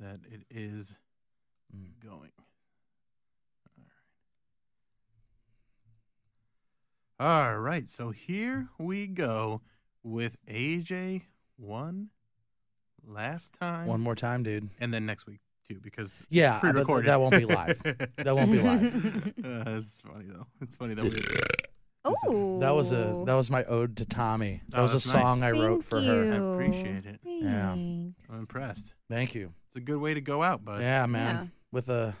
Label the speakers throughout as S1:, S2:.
S1: that it is
S2: Hmm.
S1: going. All right. All right. So here we go with AJ one last time.
S2: One more time, dude.
S1: And then next week too, because
S2: Yeah,
S1: it's
S2: but th-
S1: pre-recorded.
S2: that won't be live. That won't be live.
S1: Uh, that's funny though. It's funny that we.
S3: Oh,
S2: That was a that was my ode to Tommy. That
S1: Oh,
S2: was a
S1: that's nice.
S2: song I wrote
S3: Thank
S2: for
S1: I
S2: her.
S3: you.
S1: appreciate it.
S2: Yeah.
S3: Thanks.
S1: I'm impressed.
S2: Thank you.
S1: It's a good way to go out, bud.
S2: Yeah, man.
S3: Yeah.
S2: With a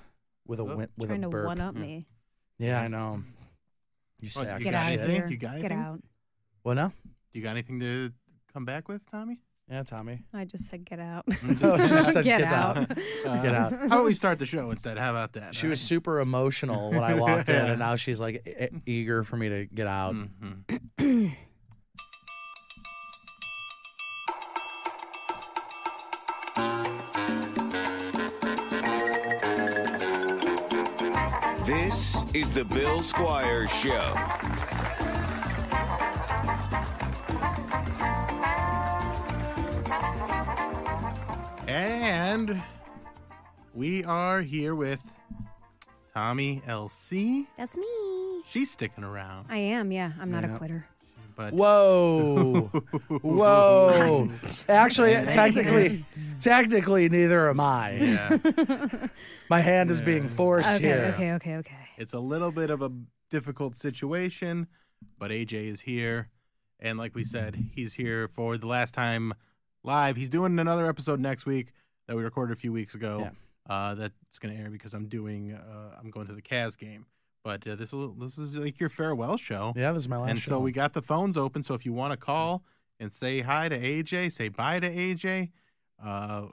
S2: with a
S1: Oh.
S2: win, with
S3: Trying
S2: a
S3: to
S2: burp.
S3: one up
S1: Yeah.
S3: me.
S2: Yeah, I know. You
S1: What,
S2: sack
S1: you
S3: Get
S1: got
S3: out
S2: shit.
S3: of
S1: anything?
S3: here.
S1: You got
S3: Get
S1: anything?
S3: out.
S2: Well, no.
S1: Do you got anything to come back with, Tommy?
S2: Yeah, Tommy.
S3: I just said get out.
S2: just said get out. Get out.
S1: How about we start the show instead? How about that?
S2: She was super emotional when I walked in,
S1: Yeah.
S2: and now she's like e- eager for me to get out.
S1: hmm
S4: This is the Bill Squire Show.
S1: And we are here with Tommy LC.
S3: That's me.
S1: She's sticking around.
S3: I am. Yeah. I'm not
S2: Yeah.
S3: a quitter.
S1: But
S2: Whoa, whoa! Actually,
S3: Same.
S2: technically, technically, neither am I.
S1: yeah,
S2: My hand is being forced
S3: Okay.
S2: here.
S3: Okay. Okay. Okay.
S1: it's a little bit of a difficult situation, but AJ is here. And like we said, he's here for the last time live. He's doing another episode next week that we recorded a few weeks ago.
S2: Yeah.
S1: Uh, that's going to air because I'm doing, uh, I'm going to the Cavs game. But uh, this will, this is like your farewell show.
S2: Yeah, this is my last.
S1: And so
S2: show.
S1: we got the phones open. So if you want to call and say hi to AJ, say bye to AJ, uh,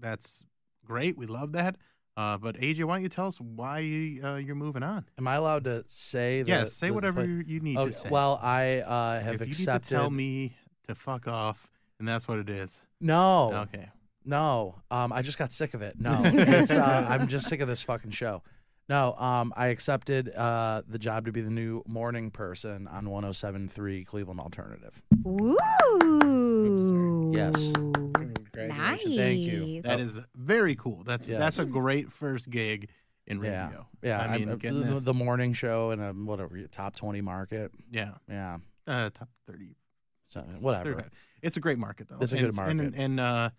S1: that's great. We love that. Uh, but AJ, why don't you tell us why uh, you're moving on?
S2: Am I allowed to say? The,
S1: Yes, say
S2: the- the
S1: whatever
S2: play-
S1: you you need
S2: Okay,
S1: to say.
S2: Well, I uh,
S1: if
S2: have
S1: you
S2: accepted.
S1: need to tell me to fuck off, and that's what it is.
S2: No,
S1: Okay.
S2: no. Um, I just got sick of it. No, it's, uh, I'm just sick of this fucking show. No, um, I accepted uh, the job to be the new morning person on 107.3 Cleveland Alternative.
S3: Ooh.
S2: Yes.
S3: Nice.
S2: Thank you.
S1: That is very cool. That's
S2: Yes.
S1: that's a great first gig in
S2: Yeah.
S1: radio.
S2: Yeah,
S1: I mean,
S2: am
S1: getting
S2: the,
S1: this-
S2: the morning show in a whatever top 20 market.
S1: yeah,
S2: Yeah,
S1: uh, top thirty
S2: so, whatever.
S1: 35. It's a great market though.
S2: It's a
S1: and,
S2: good
S1: And,
S2: market.
S1: and uh,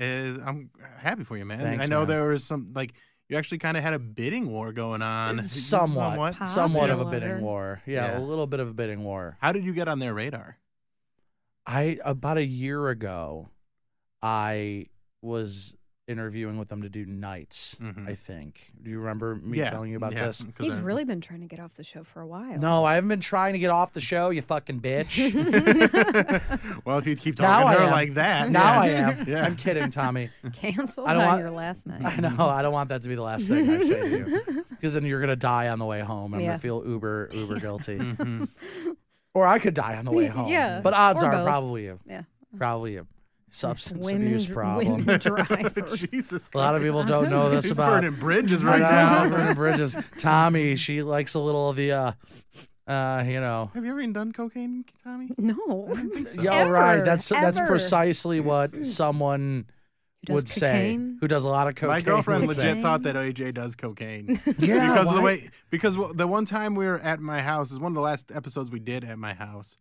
S1: uh, I'm happy for you, man. I
S2: Thanks,
S1: know
S2: man.
S1: there was some like you actually kind of had a bidding war going on.
S2: Somewhat, somewhat,
S3: Pop
S2: of a
S3: Warner.
S2: bidding war. Yeah,
S1: Yeah.
S2: a little bit of a bidding war.
S1: How did you get on their radar?
S2: I about a year ago, I was interviewing with them to do nights.
S1: Mhm.
S2: I think. Do you remember me
S1: yeah,
S2: telling you about
S1: yeah,
S2: this?
S1: 'cause
S3: He's
S1: I-
S3: really been trying to get off the show for a while.
S2: No, I haven't been trying to get off the show. You fucking bitch.
S1: well, if you keep
S2: Now
S1: talking to
S2: I
S1: her
S2: am.
S1: like that, yeah.
S2: now I am.
S1: Yeah.
S2: I'm kidding, Tommy.
S3: Cancel
S2: I don't
S3: on
S2: want-
S3: your last night.
S2: I know. I don't want that to be the last thing I say to you, because then you're gonna die on the way home. I'm
S3: Yeah.
S2: gonna feel uber uber guilty,
S1: Mhm.
S2: or I could die on the way home.
S3: Yeah,
S2: But odds
S3: or
S2: are
S3: both.
S2: probably you.
S3: Yeah.
S2: Probably you. Substance
S3: Women,
S2: abuse
S3: dr-
S2: problem.
S3: Women drivers.
S1: Jesus,
S2: A lot of people don't know this
S1: He's
S2: about
S1: burning bridges
S2: I
S1: right
S2: know,
S1: now.
S2: Vernon Bridges. Tommy, she likes a little of the, uh, uh, you know.
S1: Have you ever even done cocaine, Tommy?
S3: No.
S1: so.
S2: Yeah, right.
S3: Ever,
S2: That's that's
S3: ever.
S2: precisely what someone
S3: does
S2: would say.
S3: cocaine?
S2: Who does a lot of cocaine?
S1: My girlfriend
S2: would
S1: legit
S2: say.
S1: thought that AJ does cocaine.
S2: Yeah,
S1: because of the
S2: why-
S1: way because w- the one time we were at my house is one of the last episodes we did at my house.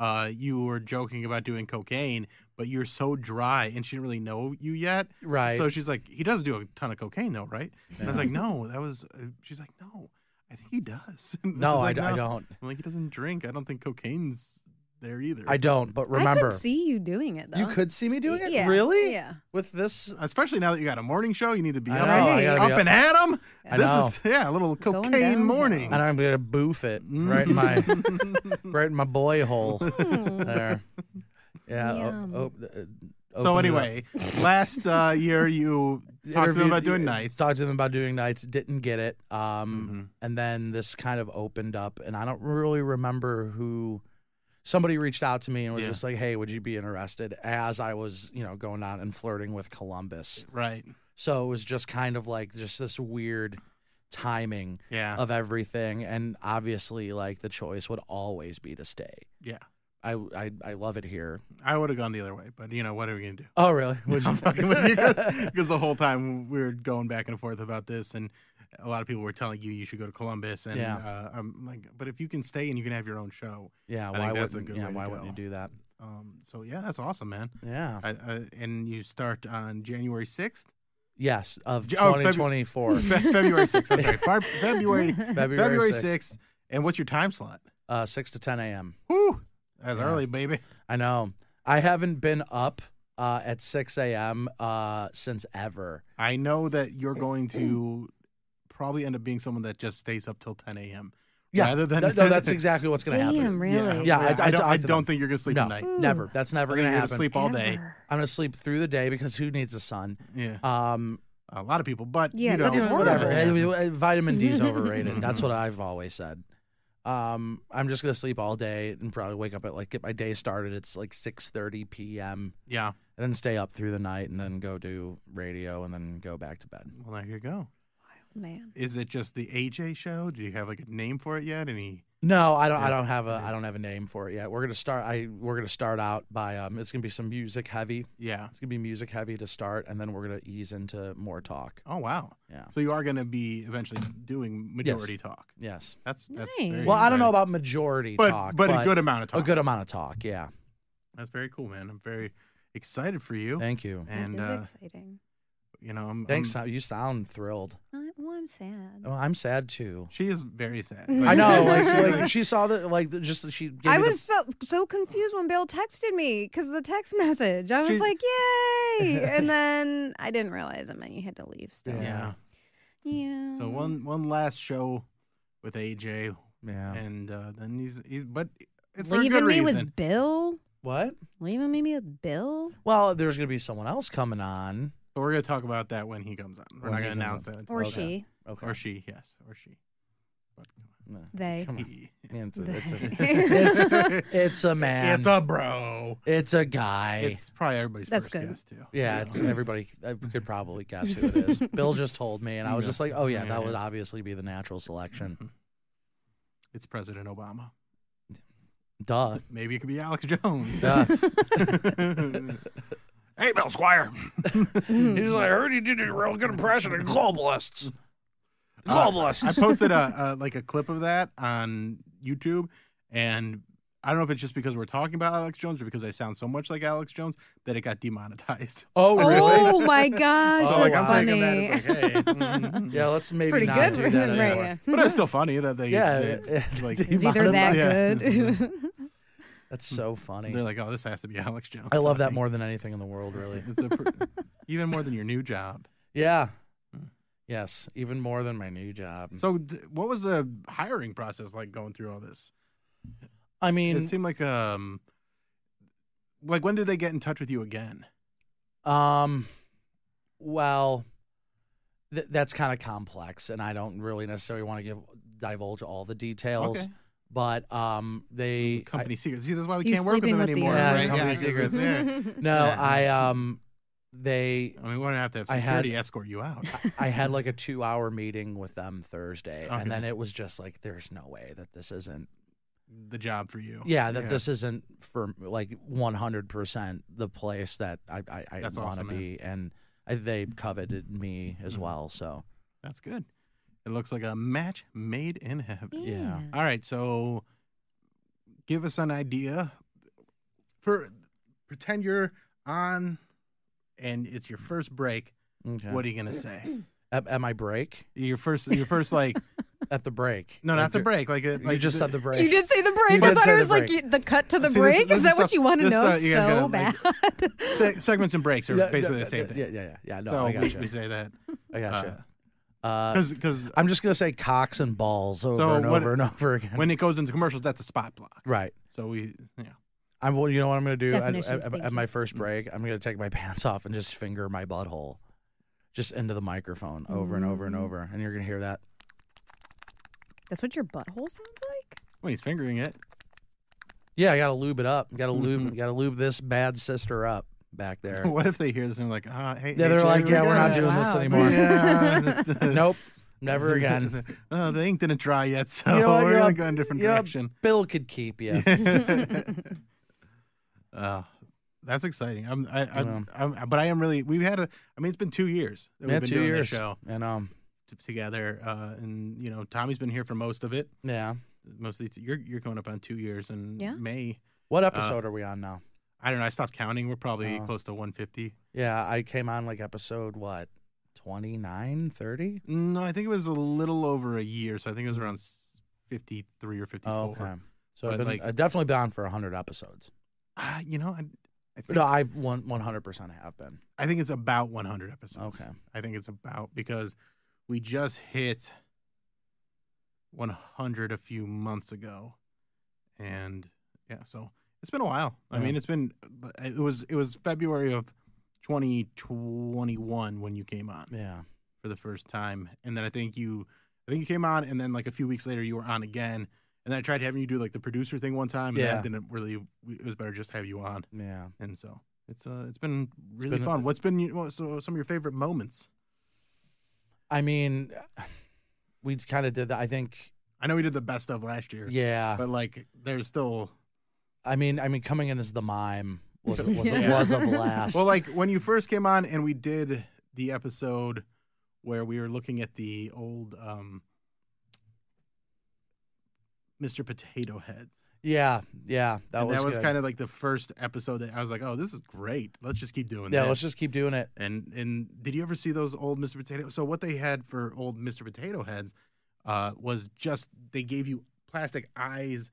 S1: Uh, you were joking about doing cocaine, but you're so dry, and she didn't really know you yet.
S2: Right.
S1: So she's like, "He does do a ton of cocaine, though, right?" And I was like, "No, that was." Uh, she's like, "No, I think he does." And
S2: no,
S1: was
S2: I,
S1: like,
S2: d- I don't.
S1: I'm like, he doesn't drink. I don't think cocaine's there either.
S2: I don't. But
S3: I
S2: remember,
S3: could see you doing it though.
S2: you could see me doing it.
S3: Yeah,
S2: Really?
S3: Yeah.
S2: With this.
S1: Especially now that you got a morning show, you need to be
S2: I
S1: up,
S2: know,
S3: I
S2: gotta
S1: up,
S2: be up.
S1: and at 'em.
S2: I
S1: This
S2: know.
S1: is yeah, a little
S3: Going
S1: cocaine
S3: downhill.
S1: morning.
S2: And I'm gonna boof it
S1: Mm.
S2: right in my
S3: Hmm.
S2: right in my boy hole there. Yeah.
S3: Yum.
S2: Oh, oh, uh,
S1: so
S2: opened it up.
S1: anyway, last uh, year you talked to
S2: Interviewed-
S1: them about doing nights.
S2: Talked to them about doing nights. Didn't get it. Um,
S1: Mhm.
S2: and then this kind of opened up, and I don't really remember who. Somebody reached out to me and was
S1: Yeah.
S2: just like, "Hey, would you be interested?" As I was, you know, going out and flirting with Columbus,
S1: Right.
S2: so it was just kind of like just this weird timing
S1: Yeah.
S2: of everything, and obviously, like the choice would always be to stay.
S1: Yeah.
S2: I I, I love it here.
S1: I would have gone the other way, but you know what are we gonna do?
S2: Oh, really? Would
S1: I'm
S2: you-
S1: fucking with you because the whole time we were going back and forth about this, and a lot of people were telling you you should go to Columbus, and
S2: Yeah.
S1: uh, I'm like, but if you can stay and you can have your own show,
S2: yeah.
S1: I think
S2: Why
S1: that's a
S2: wouldn't
S1: good
S2: Yeah.
S1: way to
S2: Why wouldn't you
S1: go.
S2: do that?
S1: um, so yeah, that's awesome, man.
S2: Yeah.
S1: I, I, and you start on January sixth,
S2: Yes, of
S1: J- oh, Feb-
S2: 2024.
S1: Fe- February sixth. I'm sorry, Far- February February
S2: sixth,
S1: sixth. And what's your time slot?
S2: uh, 6 to 10 a.m.
S1: Whew, that's
S2: Yeah.
S1: early, baby.
S2: I know. I haven't been up uh, at 6 a.m. Uh, since ever.
S1: I know that you're
S2: Mm,
S1: going to probably end up being someone that just stays up till 10 a.m.
S2: Yeah,
S1: Rather than
S2: no, no, that's exactly what's going to happen.
S3: Damn, really?
S2: Yeah, I-
S1: I,
S2: I
S1: don't,
S2: talked
S1: I
S2: to
S1: don't
S2: them.
S1: think you're gonna sleep
S2: no,
S1: at night.
S3: Ooh.
S2: never. That's never
S1: I
S2: going
S1: think
S2: to
S1: you're gonna
S2: happen.
S1: sleep all day.
S3: Ever.
S2: I'm going to sleep through the day because who needs the sun?
S1: Yeah,
S2: Um,
S1: a lot of people, but
S3: Yeah,
S1: you know,
S3: that's
S2: you know,
S3: horrible.
S2: whatever.
S1: Yeah.
S2: Hey, hey, Vitamin D's overrated. That's
S1: Mhm.
S2: what I've always said. Um, I'm just going to sleep all day and probably wake up at like get my day started. It's like 6:30 p.m.
S1: Yeah.
S2: and then stay up through the night and then go do radio and then go back to bed.
S1: Well, there you go.
S3: Man.
S1: Is it just the AJ show? Do you have like a name for it yet? Any?
S2: No, I don't. I
S1: Yeah.
S2: don't have a.
S1: Yeah.
S2: I don't have a name for it yet. We're gonna start. I we're gonna start out by. Um, it's gonna be some music heavy.
S1: Yeah.
S2: It's gonna be music heavy to start, and then we're gonna ease into more talk.
S1: Oh wow.
S2: Yeah.
S1: So you are gonna be eventually doing majority talk.
S2: Yes.
S1: That's that's
S3: Nice.
S1: very
S2: Well, I don't know
S1: exciting.
S2: about majority
S1: but
S2: talk,
S1: but, a good amount of talk.
S2: a good amount of talk. Yeah.
S1: That's very cool, man. I'm very excited for you.
S2: Thank you.
S1: and
S3: that is
S1: uh,
S3: exciting.
S1: you know, I'm,
S2: Thanks.
S1: I'm-
S2: so- you sound thrilled.
S3: I, well, I'm sad.
S2: Oh, I'm sad too.
S1: she is very sad.
S2: I know. Like,
S1: really-
S2: like she saw that. Like the- just she. Gave
S3: I
S2: me the-
S3: was so so confused when Bill texted me because the text message. I was
S1: She's-
S3: like, "Yay!" and then I didn't realize it meant you had to leave. Still,
S2: Yeah.
S1: yeah.
S3: Yeah.
S1: So one one last show with AJ,
S2: yeah.
S1: and uh, then he's, he's but it's for a good
S3: leaving me
S1: reason.
S3: with Bill,
S2: What?
S3: leaving me with Bill.
S2: Well, there's gonna be someone else coming on.
S1: But we're gonna talk about that when he comes on. We're
S2: When
S1: not
S2: he
S1: gonna announce
S2: comes on.
S1: that until
S3: Or
S2: Okay.
S3: she,
S2: Okay.
S1: or she, yes, or she. But
S2: No.
S3: they.
S2: Come on.
S1: he-
S2: I mean, It's a, it's, a, it's,
S3: It's-
S2: it's a man.
S1: it's a bro.
S2: It's a guy.
S1: It's probably everybody's
S3: That's
S1: first
S3: good.
S1: guess too.
S2: yeah,
S1: So-
S2: it's everybody I could probably guess who it is. Bill just told me, and I was
S1: Yeah.
S2: just like, "Oh yeah,
S1: Yeah,
S2: that
S1: yeah.
S2: would obviously be the natural selection."
S1: Mhm. It's President Obama.
S2: Duh.
S1: Maybe it could be Alex Jones.
S2: Duh.
S1: hey, Bill Squire.
S3: Hmm.
S2: He's like, "I heard you did a real good impression of globalists."
S1: Uh,
S2: Globalists.
S1: I posted a, a like a clip of that on YouTube, and I don't know if it's just because we're talking about Alex Jones or because I sound so much like Alex Jones that it got demonetized.
S2: oh really?
S3: Oh my gosh,
S1: So,
S2: Oh,
S1: like,
S3: that's
S1: I'm taking
S3: funny.
S1: that as, like, hey, mm,
S2: Yeah, let's maybe
S3: pretty
S2: not
S3: good,
S2: do that
S3: right?
S2: anymore.
S3: Yeah.
S1: but it's still funny that they
S2: Yeah,
S1: they-
S2: it- it-
S1: like
S2: it's
S3: It's either that
S1: Yeah.
S3: good.
S2: That's so funny.
S1: they're like, oh, this has to be Alex Jones.
S2: I love that
S1: Like,
S2: more than anything in the world, really.
S1: It's a pr- even more than your new job.
S2: Yeah.
S1: Hmm.
S2: Yes, even more than my new job.
S1: So, d- what was the hiring process like going through all this?
S2: I
S1: It
S2: mean,
S1: seemed like um, like when did they get in touch with you again?
S2: Um, well, th- that's kind of complex, and I don't really necessarily want to give divulge all the details.
S1: Okay.
S2: But um, they I-
S1: company secrets. See, that's why we
S3: You
S1: can't work with
S3: sleeping
S1: them
S3: with the
S1: anymore.
S2: owner.
S1: right?
S2: Yeah, uh, company
S1: 'cause it's
S2: secrets.
S1: there.
S2: no,
S1: Yeah.
S2: I um, they
S1: I mean, we're gonna have to have
S2: I had-
S1: security escort you out.
S2: I had like a two hour meeting with them Thursday,
S1: Okay.
S2: and then it was just like, there's no way that this isn't
S1: the job for you.
S2: yeah that this isn't for like 100 percent the place that I I, I want
S1: That's
S2: to
S1: awesome, man.
S2: be, and I, they coveted me as
S1: Mhm.
S2: well. So
S1: that's good. It looks like a match made in heaven.
S2: Yeah.
S1: All right, so give us an idea for pretend you're on and it's your first break.
S2: okay.
S1: What are you gonna say?
S2: at, at my break
S1: Your first, your first like
S2: at the break
S1: no,
S2: Like,
S1: not the
S2: you're-
S1: break. Like, a- like
S2: you just said the break.
S3: You did say the break.
S2: You
S3: I
S2: did
S3: thought
S2: say
S3: it
S2: the
S3: was like
S2: break.
S3: you, the cut to the
S1: See, this-
S3: break.
S1: this
S3: is
S1: is
S3: that what
S1: stuff-
S3: you want to
S1: this
S3: know
S1: stuff you guys
S3: so
S1: gotta, like-
S3: bad?
S1: se- segments and breaks are
S2: Yeah,
S1: basically
S2: yeah,
S1: the same thing.
S2: Yeah, yeah, yeah. yeah no,
S1: so
S2: I
S1: we-
S2: gotcha.
S1: we say that
S2: I gotcha. Uh,
S1: because because
S2: I'm just gonna say cocks and balls over
S1: So
S2: and
S1: what-
S2: over and over again.
S1: when it goes into commercials, that's a spot block.
S2: right.
S1: So we, yeah.
S2: I'm. Well, you know what I'm going to do at,
S5: Definitions,
S2: at-
S5: thank
S2: at my
S5: you.
S2: first break? I'm going to take my pants off and just finger my butthole, just into the microphone over and over and
S5: Mm.
S2: over, and you're going to hear that.
S5: That's what your butthole sounds like?
S1: Well, he's fingering it.
S2: Yeah, I got to lube it up. Got to lube. Got to lube this bad sister up back there.
S1: What if they hear this and they're like, ah, hey,
S2: Yeah, they're
S1: AJ,
S2: like, yeah, we're not
S1: yeah,
S2: doing this
S5: Wow.
S2: anymore.
S1: Yeah.
S2: Nope, never again.
S1: oh, the ink didn't dry yet, so
S2: You know what,
S1: we're
S2: you're
S1: gonna
S2: up-
S1: go in a different
S2: you're up.
S1: direction.
S2: Bill could keep you.
S1: Uh, that's exciting. I'm, I, I,
S2: Yeah.
S1: I'm, but I am really. We've had a. I mean, it's been two years that
S2: yeah,
S1: we've been
S2: two
S1: doing
S2: years.
S1: this show
S2: And um,
S1: t- together, uh, and you know, Tommy's been here for most of it.
S2: yeah.
S1: Most of these, you're you're going up on two years in
S3: Yeah.
S1: May.
S2: What episode are we on now?
S1: I don't know. I stopped counting. We're probably
S2: Oh.
S1: close to 150.
S2: Yeah, I came on like episode what, 29, 30?
S1: No, I think it was a little over a year. So I think it was around s- 53 or 54.
S2: Hmm. Oh, okay. So
S1: But,
S2: I've been
S1: like-
S2: I've definitely been on for 100 episodes.
S1: Uh, you know, I, I think
S2: No, I've one 100% have been.
S1: I think it's about 100 episodes.
S2: Okay.
S1: I think it's about because we just hit 100 a few months ago, and yeah, so it's been a while. I
S2: Yeah.
S1: mean, it's been it was it was February of 2021 when you came on
S2: Yeah.
S1: for the first time, and then I think you I think you came on, and then like a few weeks later you were on again, and then I tried having you do like the producer thing one time, and
S2: Yeah.
S1: that didn't really. It was better just have you on
S2: Yeah.
S1: and so it's uh it's been really
S2: been a-
S1: fun. What's been your- what- so some of your favorite moments?
S2: I mean, we kind of did that. I think
S1: I know we did the best of last year,
S2: yeah.
S1: but like there's still
S2: I mean, I mean coming in as the mime was was,
S1: Yeah.
S2: was a blast.
S1: well like when you first came on and we did the episode where we were looking at the old um Mr. Potato Heads.
S2: yeah, yeah, that
S1: and
S2: was
S1: that was
S2: good.
S1: kind of like the first episode that I was like, "Oh, this is great. Let's just keep doing
S2: Yeah,
S1: this."
S2: let's just keep doing it.
S1: And and did you ever see those old Mr. Potato? So what they had for old Mr. Potato Heads uh, was just they gave you plastic eyes.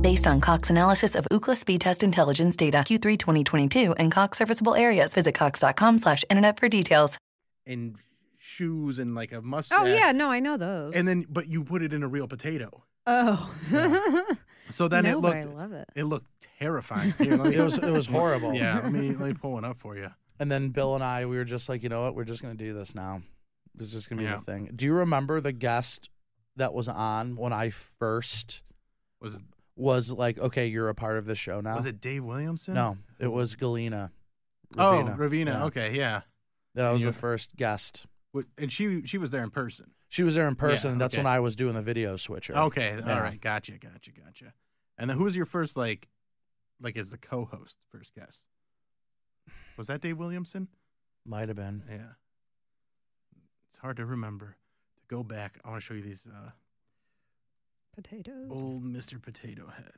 S6: Based on Cox analysis of Ookla speed test intelligence data Q3 2022 and Cox serviceable areas, visit cox.com/internet slash internet for details.
S1: and shoes and like a mustache.
S3: Oh yeah, no, I know those.
S1: And then, but you put it in a real potato,
S3: oh,
S1: so then
S3: no,
S1: it
S3: but
S1: looked
S3: I love it.
S1: it looked terrifying. Here, let me-
S2: It was it was horrible.
S1: yeah, let me let me pull one up for you.
S2: And then Bill and I, we were just like, you know what, we're just gonna do this now. This is just gonna be
S1: Yeah.
S2: the thing. Do you remember the guest that was on when I first
S1: Was
S2: was like, okay, you're a part of the show now?
S1: was it Dave Williamson?
S2: No, it was Galena.
S1: Oh, Ravina.
S2: Yeah.
S1: Okay, yeah.
S2: That was
S1: You-
S2: the first guest.
S1: Wh- And she she was there in person.
S2: She was there in person.
S1: Yeah,
S2: and that's
S1: okay.
S2: when I was doing the video switcher.
S1: Okay,
S2: Yeah.
S1: all right, gotcha, gotcha, gotcha. And then who was your first like, like as the co-host first guest? Was that Dave Williamson?
S2: Might have been.
S1: Yeah. It's hard to remember. To go back, I want to show you these uh,
S3: Potatoes.
S1: old Mr. Potato Head.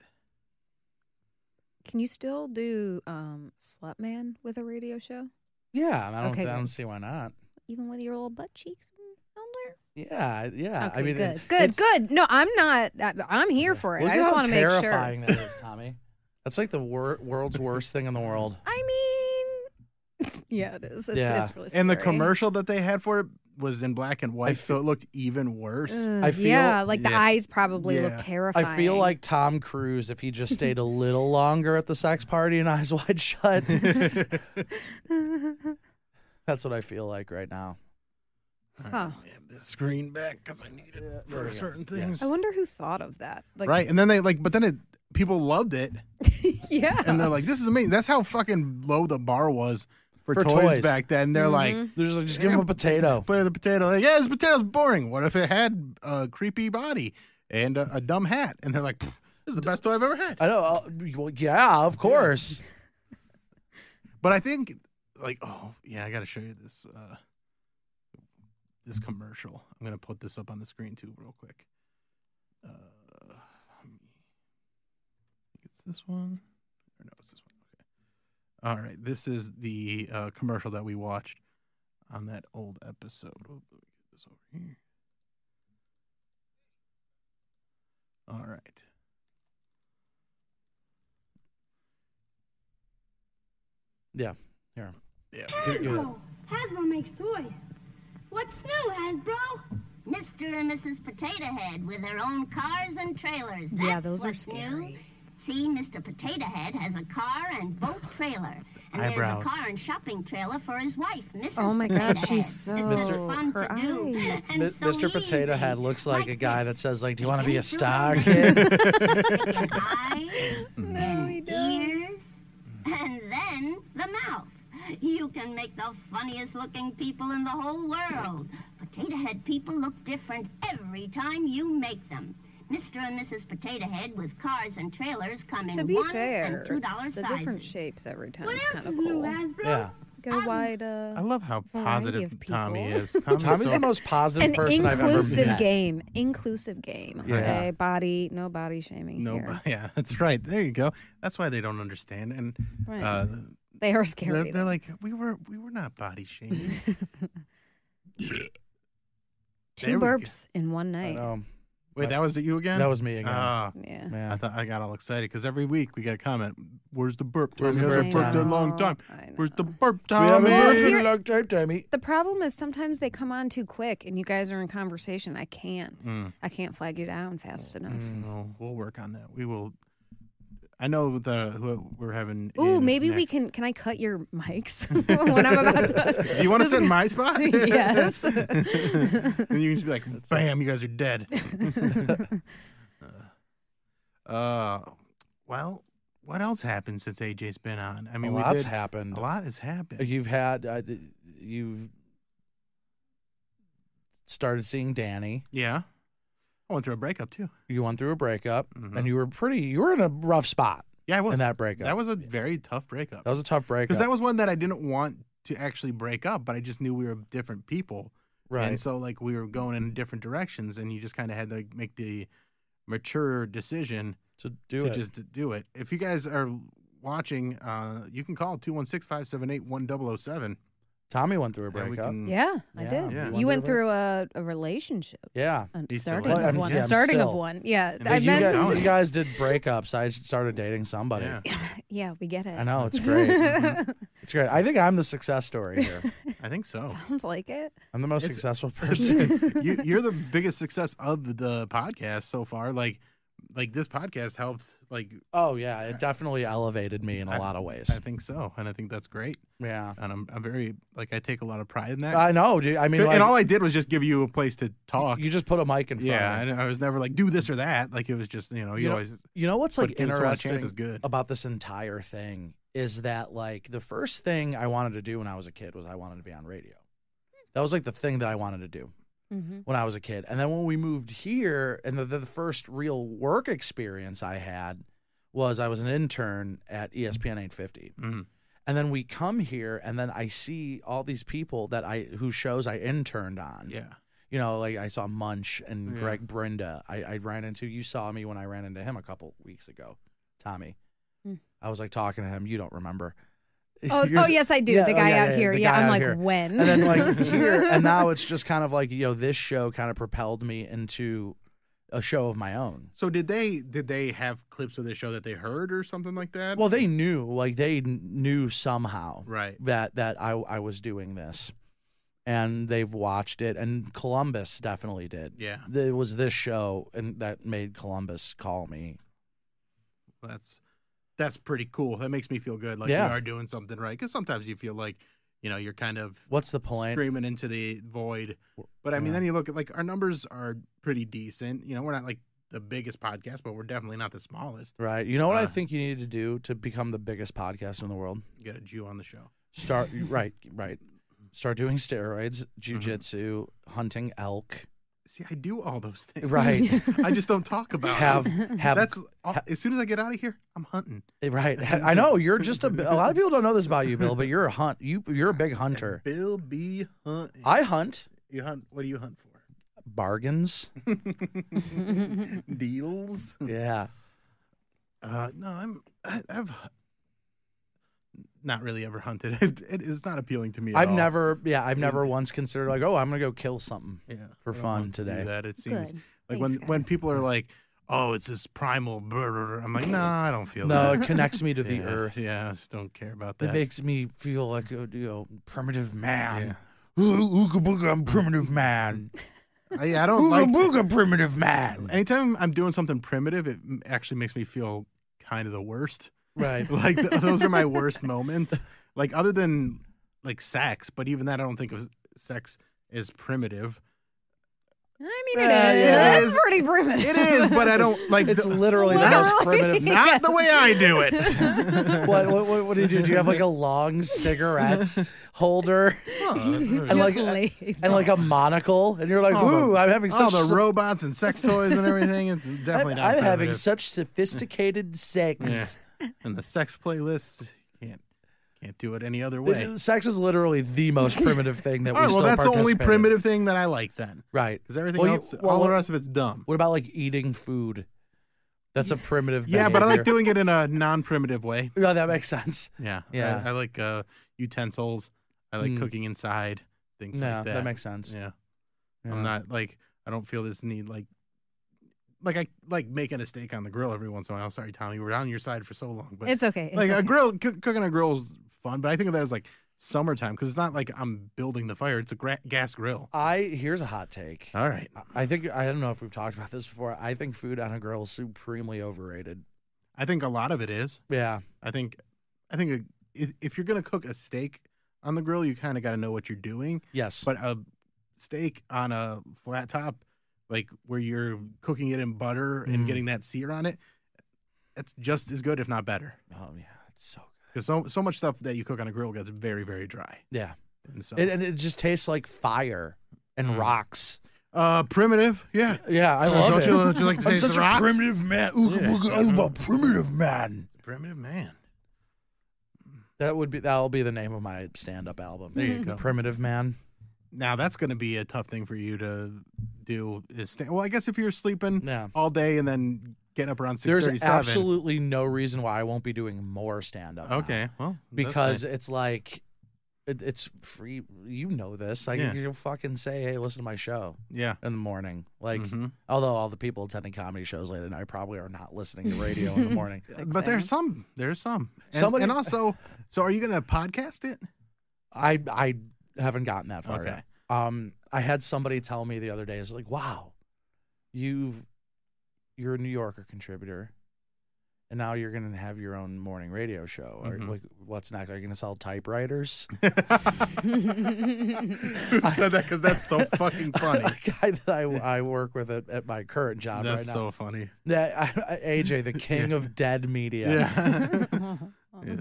S3: Can you still do um, Slut Man with a radio show,
S2: Yeah, and I don't,
S3: Okay,
S2: I don't
S3: good.
S2: see why not.
S3: even with your little butt cheeks down there?
S2: Yeah, I- yeah.
S3: okay,
S2: I mean,
S3: good,
S2: it-
S3: good,
S2: it's-
S3: good. No, I'm not. I- I'm here for it.
S2: Look
S3: I
S2: at
S3: just
S2: how
S3: want to make sure.
S2: terrifying that is, Tommy. That's like the wor- world's worst thing in the world.
S3: I mean, yeah, it is. It's,
S2: Yeah.
S3: it's really
S1: And the
S3: scary.
S1: commercial that they had for it was in black and white, so it looked even worse.
S3: Ugh,
S2: I feel-
S3: yeah, like the
S1: Yeah.
S3: eyes probably
S1: Yeah.
S3: look
S1: I
S3: terrifying.
S2: I feel like Tom Cruise if he just stayed a little longer at the sex party and eyes wide shut. That's what I feel like right now.
S3: Huh.
S1: I have this screen back because I need it for certain things.
S3: I wonder who thought of that. Like,
S1: Right, and then they like, but then it people loved it,
S3: yeah.
S1: and they're like, "This is amazing." That's how fucking low the bar was for,
S2: For
S1: toys,
S2: toys.
S1: back then. They're like,
S2: They're just like, just give him a potato.
S1: play with the potato. Like, yeah, this potato's boring. What if it had a creepy body and a, a dumb hat? And they're like, "Pfft, this is the best toy I've ever had.
S2: I know. I'll- well, yeah, of course.
S1: But I think, like, oh yeah, I got to show you this uh, this commercial. I'm gonna put this up on the screen too, real quick. Uh, let me- it's this one, or no, it's this one. Okay. All right, this is the uh, commercial that we watched on that old episode. Oh, let me get this over here. here. All right.
S2: Yeah. Here.
S1: Yeah.
S2: Do- do it.
S7: Hasbro. Hasbro makes toys. What's new, Hasbro?
S8: Mr. and Mrs. Potato Head with their own cars and trailers. That's
S5: Yeah, those are
S8: what's New.
S5: scary.
S8: See, Mr. Potato Head has a car and boat trailer. And
S1: Eyebrows.
S8: there's a car and shopping trailer for his wife, Mrs.
S5: Oh my
S8: Potato
S5: God, she's
S8: Head.
S5: so
S8: It's
S2: Mr.
S8: fun to
S5: her
S8: do,
S5: eyes.
S8: and
S2: Mi-
S8: so
S2: Mr. Potato
S8: easy.
S2: Head looks like a guy
S8: this.
S2: that says, like, do you want to be a
S8: Yes, sure.
S2: star kid?
S8: Chicken eyes,
S3: No, he
S8: ears,
S3: Mm-hmm.
S8: and then the mouth. You can make the funniest looking people in the whole world. Potato Head people look different every time you make them. Mr. and Mrs. Potato Head with cars and trailers come in
S3: To be
S8: one
S3: fair,
S8: and two dollar
S3: the
S8: sizes.
S3: different shapes every time
S8: what
S3: is
S8: else
S3: kind
S8: is
S3: of
S8: new,
S3: cool.
S8: Hasbro?
S2: yeah.
S3: Get
S8: Um,
S3: a wide. Uh,
S1: I love how positive
S5: of
S1: Tommy
S5: people.
S1: is. Tommy's,
S2: Tommy's
S1: so-
S2: the most positive
S5: An
S2: person I've ever
S5: inclusive
S2: met.
S5: game. Inclusive game.
S2: Yeah.
S5: Okay. Body, no body shaming.
S1: No,
S5: here.
S1: but- yeah, that's right. There you go. That's why they don't understand. And
S5: Right.
S1: uh,
S5: they are
S1: they're,
S5: scary.
S1: they're like, we were we were not body shaming. there
S5: Two
S1: we go.
S5: burps in one
S2: I
S5: night.
S2: know.
S1: Wait, that was you again?
S2: That was me again.
S1: Ah,
S5: Yeah.
S1: I
S2: yeah.
S1: thought I got all excited because every week we get a comment. Where's the burp?
S2: Where's
S1: Tommy
S2: the
S1: hasn't
S2: burp
S1: burped in a long time.
S5: Oh, I
S1: Where's the
S5: know.
S1: burp,
S2: We
S1: Tommy?
S2: haven't worked
S5: here-
S2: in a long time, Tommy.
S5: The problem is sometimes they come on too quick, and you guys are in conversation. I can't.
S1: Mm.
S5: I can't flag you down fast enough.
S1: No, we'll work on that. We will. I know the who we're having.
S5: Ooh,
S1: in
S5: maybe we
S1: next-
S5: can. Can I cut your mics when I'm about to?
S1: Do you want to
S5: Just-
S1: sit in my spot?
S5: Yes.
S1: and you can just be like, bam, you guys are dead. uh, well, what else happened since AJ's been on? I mean,
S2: a
S1: we
S2: lot's
S1: did,
S2: happened.
S1: A lot has happened.
S2: You've had, uh, d- you've started seeing Danny.
S1: Yeah. I went through a breakup too.
S2: You went through a breakup,
S1: Mhm.
S2: and you were pretty. You were in a rough spot
S1: Yeah, I was.
S2: in that breakup.
S1: that was a very tough breakup.
S2: that was a tough breakup.
S1: Because that was one that I didn't want to actually break up, but I just knew we were different people.
S2: right.
S1: And so like we were going in different directions and you just kind of had to like, make the mature decision
S2: to do
S1: to
S2: it.
S1: just to do it. If you guys are watching, uh, you can call 216-578-1007.
S2: Tommy went through a
S1: and we
S2: breakup.
S1: can-
S5: yeah, I
S2: Yeah,
S5: did.
S1: you went
S5: You went
S2: through
S5: through a, a relationship,
S2: Yeah.
S5: a
S1: He's still
S5: starting
S1: in it.
S5: of
S1: I'm-
S5: one,
S1: yeah,
S5: a
S1: I'm
S5: starting of
S2: still-
S5: one. Yeah,
S1: And
S5: I
S1: then
S2: you,
S5: meant.
S1: got-
S2: guys, you guys did breakups. I started dating somebody.
S1: Yeah.
S5: yeah, we get it.
S2: I know it's great. it's great. I think I'm the success story here.
S1: I think so.
S5: Sounds like it.
S2: I'm the most
S1: It's-
S2: successful person.
S1: you, you're the biggest success of the podcast so far. Like, like this podcast helped. Like,
S2: oh yeah, it definitely elevated me in a
S1: I-
S2: lot of ways.
S1: I think so, and I think that's great.
S2: yeah.
S1: And I'm, I'm very like I take a lot of pride in that.
S2: I know, dude. I mean, like,
S1: and all I did was just give you a place to talk.
S2: you just put a mic in front.
S1: yeah,
S2: of me.
S1: and I was never like do this or that. Like it was just you know you,
S2: You know,
S1: always
S2: You know what's
S1: but
S2: like
S1: giving someone a chance
S2: interesting
S1: is good.
S2: about this entire thing is that like the first thing I wanted to do when I was a kid was I wanted to be on radio. That was like the thing that I wanted to do
S5: Mm-hmm.
S2: when I was a kid. And then when we moved here, and the, the, the first real work experience I had was I was an intern at E ESPN 850.
S1: Mhm.
S2: And then we come here, and then I see all these people that I whose shows I interned on.
S1: yeah.
S2: You know, like I saw Munch and
S1: Yeah.
S2: Greg Brenda. I, I ran into you saw me when I ran into him a couple weeks ago, Tommy.
S5: Hmm.
S2: I was like talking to him. You don't remember.
S5: Oh,
S2: You're-
S5: oh yes, I do.
S2: Yeah,
S5: the
S2: oh,
S5: guy
S2: yeah,
S5: out
S2: yeah,
S5: here.
S2: the
S5: Yeah,
S2: guy
S5: I'm
S2: out
S5: like
S2: here.
S5: when.
S2: and then like here and now it's just kind of like you know this show kind of propelled me into a show of my own
S1: So did they did they have clips of the show that they heard or something like that?
S2: well they knew like they kn- knew somehow
S1: right.
S2: that that i i was doing this and they've watched it and columbus definitely did
S1: Yeah,
S2: there was this show and that made columbus call me
S1: that's that's pretty cool. That makes me feel good. Like
S2: Yeah.
S1: you are doing something right because sometimes you feel like you know you're kind of
S2: what's the point
S1: screaming into the void. But I mean,
S2: Yeah.
S1: then you look at like our numbers are pretty decent. You know, we're not like the biggest podcast, but we're definitely not the smallest.
S2: right you know what i
S1: Uh.
S2: think you needed to do to become the biggest podcast in the world
S1: Get a Jew on the show.
S2: start right right start doing steroids jujitsu hunting elk
S1: See, I do all those things.
S2: right
S1: I just don't talk about
S2: have
S1: them.
S2: have
S1: That's all, as soon as I get out of here, I'm hunting.
S2: right. I know you're just a. A lot of people don't know this about you, Bill, but you're a hunt. You you're a big hunter.
S1: Bill B. Hunting.
S2: I hunt
S1: you hunt. What do you hunt for?
S2: bargains.
S1: Deals.
S2: Yeah,
S1: Uh, no, I'm. I, I've not really ever hunted. It, it is not appealing to me. at
S2: I've
S1: all.
S2: never, yeah, I've never once considered like, oh, I'm gonna go kill something.
S1: yeah,
S2: for
S1: I don't
S2: fun
S1: want to do
S2: today.
S1: That it seems
S5: Good.
S1: like
S5: Thanks,
S1: when when
S5: guys.
S1: people are like, "Oh, it's this primal," brr," I'm like, "No, I don't feel
S2: No,
S1: that."
S2: it connects me to the
S1: yeah,
S2: earth.
S1: Yeah, I just don't care about
S2: It
S1: that.
S2: makes me feel like a you know,
S1: yeah.
S2: primitive man. Ooga booga, I'm primitive man.
S1: I, yeah, I don't
S2: Ooga
S1: Oh, like.
S2: booga, primitive man.
S1: Anytime I'm doing something primitive, it m- actually makes me feel kind of the worst.
S2: Right.
S1: Like th- those are my worst moments. Like other than like sex, but even that I don't think of s- sex as primitive.
S5: I mean, it is.
S2: Yeah, yeah.
S5: It is pretty primitive.
S1: It is, but I don't like.
S2: It's
S1: the-
S2: literally the
S1: Well,
S2: most primitive.
S1: not the way I do it.
S2: What, what, what, what do you do? Do you have like a long cigarette holder
S1: Oh, Huh.
S2: And like- uh,
S5: Just lay.
S2: and like a monocle? And you're like,
S1: All Oh, the-
S2: ooh, I'm having
S1: all
S2: such
S1: the
S2: so-
S1: robots and sex toys and everything. It's
S2: I'm,
S1: definitely not.
S2: I'm having
S1: primitive.
S2: such sophisticated sex.
S1: and the sex playlist can't can't do it any other
S2: It-
S1: way.
S2: Sex is literally the most primitive thing that
S1: All
S2: we
S1: right,
S2: still
S1: well, that's the only
S2: participate in.
S1: primitive thing that I like then,
S2: Right.
S1: because everything
S2: Well, you-
S1: else,
S2: well,
S1: all
S2: what-
S1: the rest of it's dumb.
S2: What about like eating food? That's a primitive.
S1: Yeah, but I like
S2: behavior.
S1: doing it in a non-primitive way.
S2: No, that makes sense.
S1: Yeah, I-
S2: Yeah.
S1: I, like uh, utensils. I like
S2: Mm.
S1: cooking inside things
S2: no,
S1: like
S2: that.
S1: that.
S2: makes sense.
S1: Yeah.
S2: Yeah.
S1: I'm not like I don't feel this need like like I like making a steak on the grill every once in a while. Sorry, Tommy, we're on your side for so long, but
S5: It's okay. It's
S1: like
S5: okay.
S1: a grill cook cooking a grill's fun. But I think of that as like summertime because it's not like I'm building the fire; it's a gra- gas grill.
S2: I here's a hot take.
S1: All right,
S2: I think I don't know if we've talked about this before. I think food on a grill is supremely overrated.
S1: I think a lot of it is.
S2: Yeah,
S1: I think I think a, if, if you're gonna cook a steak on the grill, you kind of got to know what you're doing.
S2: yes,
S1: But a steak on a flat top, like where you're cooking it in butter and
S2: Mm.
S1: getting that sear on it, it's just as good, if not better.
S2: oh yeah, it's so good.
S1: Because so so much stuff that you cook on a grill gets very very dry.
S2: Yeah,
S1: And so,
S2: it, and it just tastes like fire and
S1: Mm.
S2: rocks.
S1: uh, primitive, yeah. Uh,
S2: Yeah, I love
S1: don't
S2: it.
S1: You, don't you like to
S2: I'm
S1: taste
S2: such
S1: the
S2: a
S1: rocks?
S2: primitive man. Ooga
S1: Yeah.
S2: booga, I'm a primitive man.
S1: primitive man.
S2: That would be that'll be the name of my stand-up album.
S1: There you go.
S2: Primitive man.
S1: Now that's going to be a tough thing for you to do. Is sta- well, I guess if you're sleeping
S2: Yeah.
S1: all day and then get up around six
S2: There's
S1: thirty-seven.
S2: absolutely no reason why I won't be doing more stand up.
S1: okay. Well, that's
S2: Because
S1: nice.
S2: it's like, it, it's free. You know this. Like,
S1: Yeah.
S2: you can fucking say, hey, listen to my show
S1: yeah,
S2: in the morning. Like,
S1: Mhm.
S2: although all the people attending comedy shows late at night probably are not listening to radio in the morning.
S1: but there's some. There's some. And,
S2: Somebody-
S1: and also, so are you going to podcast it?
S2: I, I haven't gotten that far
S1: Okay.
S2: yet. Um, I had somebody tell me the other day, it's like, wow, you've, you're a New Yorker contributor. And now you're gonna have your own morning radio show. Or
S1: Mhm.
S2: like, what's next? Are you gonna sell typewriters?
S1: Who said that? Because that's so fucking funny.
S2: a guy that I, I work with at, at my current job
S1: That's
S2: right now.
S1: so funny.
S2: That- I- I- AJ, the king of dead media.
S1: Yeah. yeah.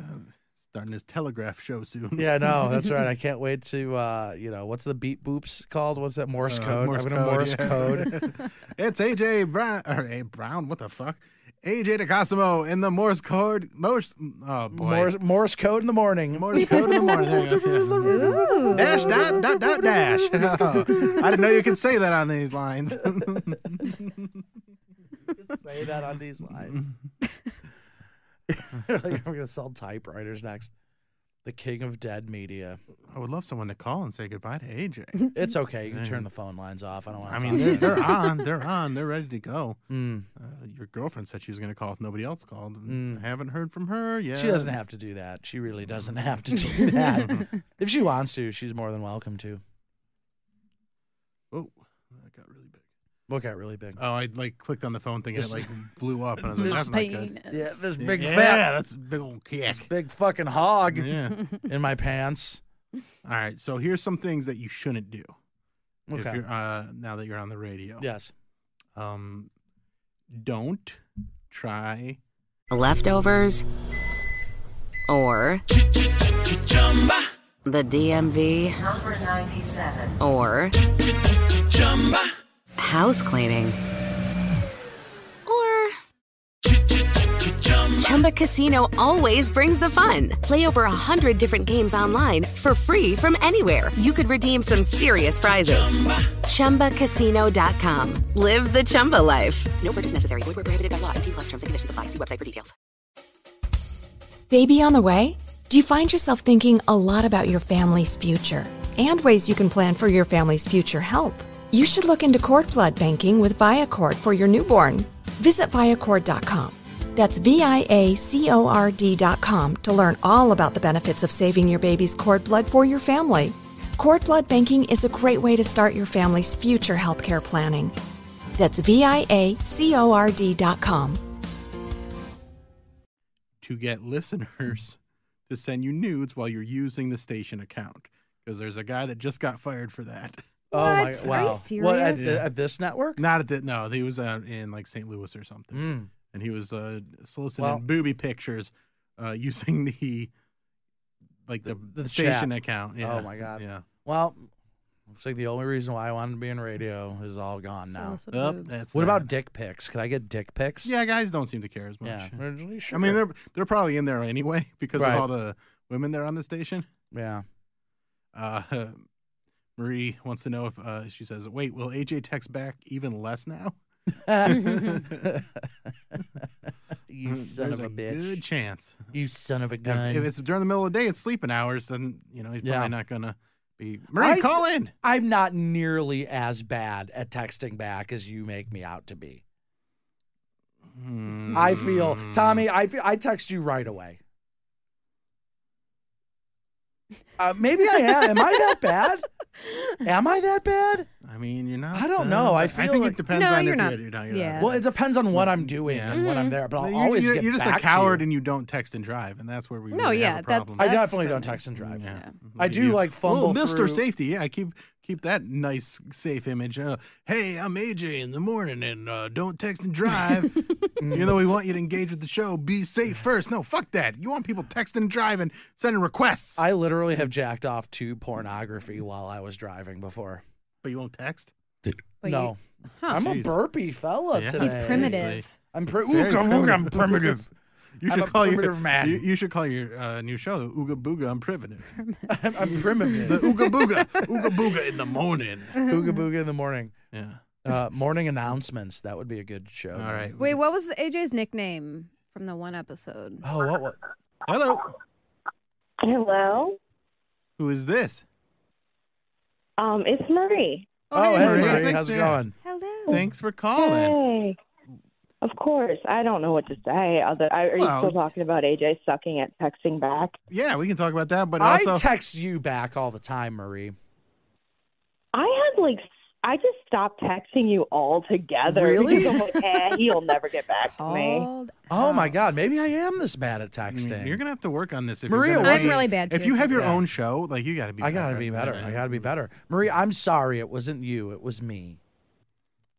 S1: Starting his telegraph show soon.
S2: Yeah, no, that's right. I can't wait to, uh, you know, what's the beat boops called? What's that Morse
S1: Uh,
S2: code? I'm gonna Morse
S1: yeah.
S2: code.
S1: it's AJ Brown or A Brown. What the fuck? AJ DeCosimo in the Morse code. Morse. Oh boy.
S2: Morse, Morse code in the morning.
S1: Morse code in the morning. There it is, yeah.
S5: Ooh.
S1: Dash dot dot dot dash. Oh. I didn't know you could say that on these lines.
S2: Say that on these lines. like, I'm gonna sell typewriters next. The king of dead media.
S1: I would love someone to call and say goodbye to AJ.
S2: It's okay. You can turn the phone lines off. I don't want.
S1: I mean, they're, they're on. They're on. They're ready to go.
S2: Mm,
S1: Uh, your girlfriend said she was going to call if nobody else called.
S2: Mm.
S1: Haven't heard from her yet.
S2: She doesn't have to do that. She really doesn't have to do that. if she wants to, she's more than welcome to.
S1: Oh, that got really big.
S2: What got really big?
S1: Oh, I like clicked on the phone thing and it
S2: This-
S1: like blew up, and I was like, "That's not good."
S2: yeah, this big
S1: yeah,
S2: fat,
S1: that's a big old
S2: this
S1: kick.
S2: big fucking hog
S1: Yeah.
S2: in my pants.
S1: All right. So here's some things that you shouldn't do if
S2: Okay.
S1: you're uh, now that you're on the radio.
S2: Yes.
S1: Um, don't try.
S9: leftovers, or the DMV, or house cleaning, or Chumba Casino always brings the fun. Play over a hundred different games online for free from anywhere. You could redeem some serious prizes. ChumbaCasino.com. Live the Chumba life. No purchase necessary. Void where prohibited by law. 18 plus terms and conditions apply. See website for details.
S10: Baby on the way? Do you find yourself thinking a lot about your family's future and ways you can plan for your family's future help? You should look into cord blood banking with Viacord for your newborn. Visit viacord.com. That's V I A C O R D.com to learn all about the benefits of saving your baby's cord blood for your family. Cord blood banking is a great way to start your family's future healthcare planning. That's V I A C O R D.com.
S1: to get listeners to send you nudes while you're using the station account because there's a guy that just got fired for that.
S2: Oh my
S3: What? Are you
S2: wow! What at,
S3: serious?
S2: th- at this network?
S1: Not at the no, he was uh, in like St. Louis or something,
S2: Mm.
S1: and he was uh, soliciting
S2: Well-
S1: booby pictures uh, using the like the,
S2: The- the
S1: station
S2: chat.
S1: account. Yeah.
S2: Oh, my God.
S1: Yeah.
S2: Well, looks like the only reason why I wanted to be in radio is all gone now.
S3: Solicit
S1: Up,
S3: boobs.
S1: that's
S2: What
S1: that.
S2: about dick pics? Could I get dick pics?
S1: Yeah, guys don't seem to care as much.
S2: Yeah. Originally,
S1: I mean,
S2: sure.
S1: they're they're probably in there anyway because
S2: Right.
S1: of all the women there on the station.
S2: yeah.
S1: Uh, Marie wants to know if uh, she says, "Wait, will AJ text back even less now?"
S2: you
S1: Mm,
S2: son
S1: There's
S2: of a, bitch.
S1: Good chance.
S2: you son of a
S1: If-
S2: gun.
S1: If it's during the middle of the day, it's sleeping hours, then you know he's
S2: Yeah.
S1: probably not gonna be. Marie,
S2: I-
S1: call in.
S2: I'm not nearly as bad at texting back as you make me out to be. I feel,
S1: Hmm.
S2: Tommy, I feel, I text you right away. Uh, maybe I am. Am I that bad? Am I that bad?
S1: I mean, you're not.
S2: I don't
S1: uh,
S2: know. I
S1: I
S2: feel
S1: think
S2: like-
S1: it depends
S3: No,
S1: on
S3: you're
S1: if
S3: not.
S1: You're, you're not. You're
S3: Yeah.
S1: not.
S2: Well, it depends on what I'm doing
S1: Yeah.
S2: and when
S3: Mm-hmm.
S2: I'm there, but I'll
S1: You're,
S2: always
S1: you're,
S2: get
S1: you're just
S2: back
S1: a coward,
S2: to you.
S1: and you don't text and drive, and that's where we.
S3: No,
S1: really
S3: yeah,
S1: have a
S3: that's-
S1: problem.
S2: I
S3: that's
S2: definitely
S3: for
S2: don't
S3: me.
S2: text and drive.
S1: Yeah.
S2: I
S1: Look at
S2: do,
S1: you.
S2: like, fumble
S1: Oh, Mister
S2: through-
S1: Safety. Yeah, keep keep that nice safe image. Uh, hey, I'm AJ in the morning, and uh, don't text and drive. Even though we want you to engage with the show, be safe first. No, fuck that. You want people texting and driving, sending requests,
S2: I literally have jacked off to pornography while I was driving before.
S1: but you won't text.
S3: But you-
S2: no,
S3: Huh.
S2: I'm a
S1: Jeez.
S2: burpy fella
S1: Yeah.
S2: today.
S1: He's
S3: He's
S1: Seriously.
S3: primitive.
S2: I'm pre-
S1: Very
S2: Ooga, ooga, I'm
S1: primitive.
S2: primitive.
S1: You
S2: I'm
S1: should
S2: a
S1: call your
S2: primitive man.
S1: You, you should call your uh, new show Ooga Booga. I'm primitive.
S2: I'm, I'm
S1: The
S2: primitive.
S1: Ooga Booga, Ooga Booga in the morning.
S2: Ooga booga in the morning.
S1: Yeah.
S2: Uh, morning announcements. That would be a good show.
S1: All right.
S5: Wait, what was AJ's nickname from the one episode?
S2: Oh, what? what?
S1: Hello.
S11: Hello.
S1: Who is this?
S11: Um, it's Marie.
S2: Oh, hey, Marie,
S1: Thanks
S2: how's it
S1: for-
S2: going?
S5: Hello.
S1: Thanks for calling.
S11: Hey. Of course. I don't know what to say. Other, I,
S1: Well-
S11: are you still talking about AJ sucking at texting back?
S1: Yeah, we can talk about that, but
S2: I
S1: also
S2: text you back all the time, Marie.
S11: I had like, I just stopped texting you altogether.
S2: Really?
S11: Because I'm like, eh, he'll never get back to me.
S3: Called
S2: Oh my
S3: out.
S2: God, maybe I am this bad at
S1: I mean,
S2: texting.
S1: Mm, you're gonna have to work on this. If
S2: Maria,
S1: you're gonna
S2: I'm
S1: be-
S5: really bad,
S1: If
S5: too.
S1: you have your
S2: Yeah.
S1: own show, like you got to be.
S2: I gotta
S1: better
S2: be
S1: at
S2: better.
S1: that.
S2: I gotta be better. Marie, I'm sorry. It wasn't you. It was me.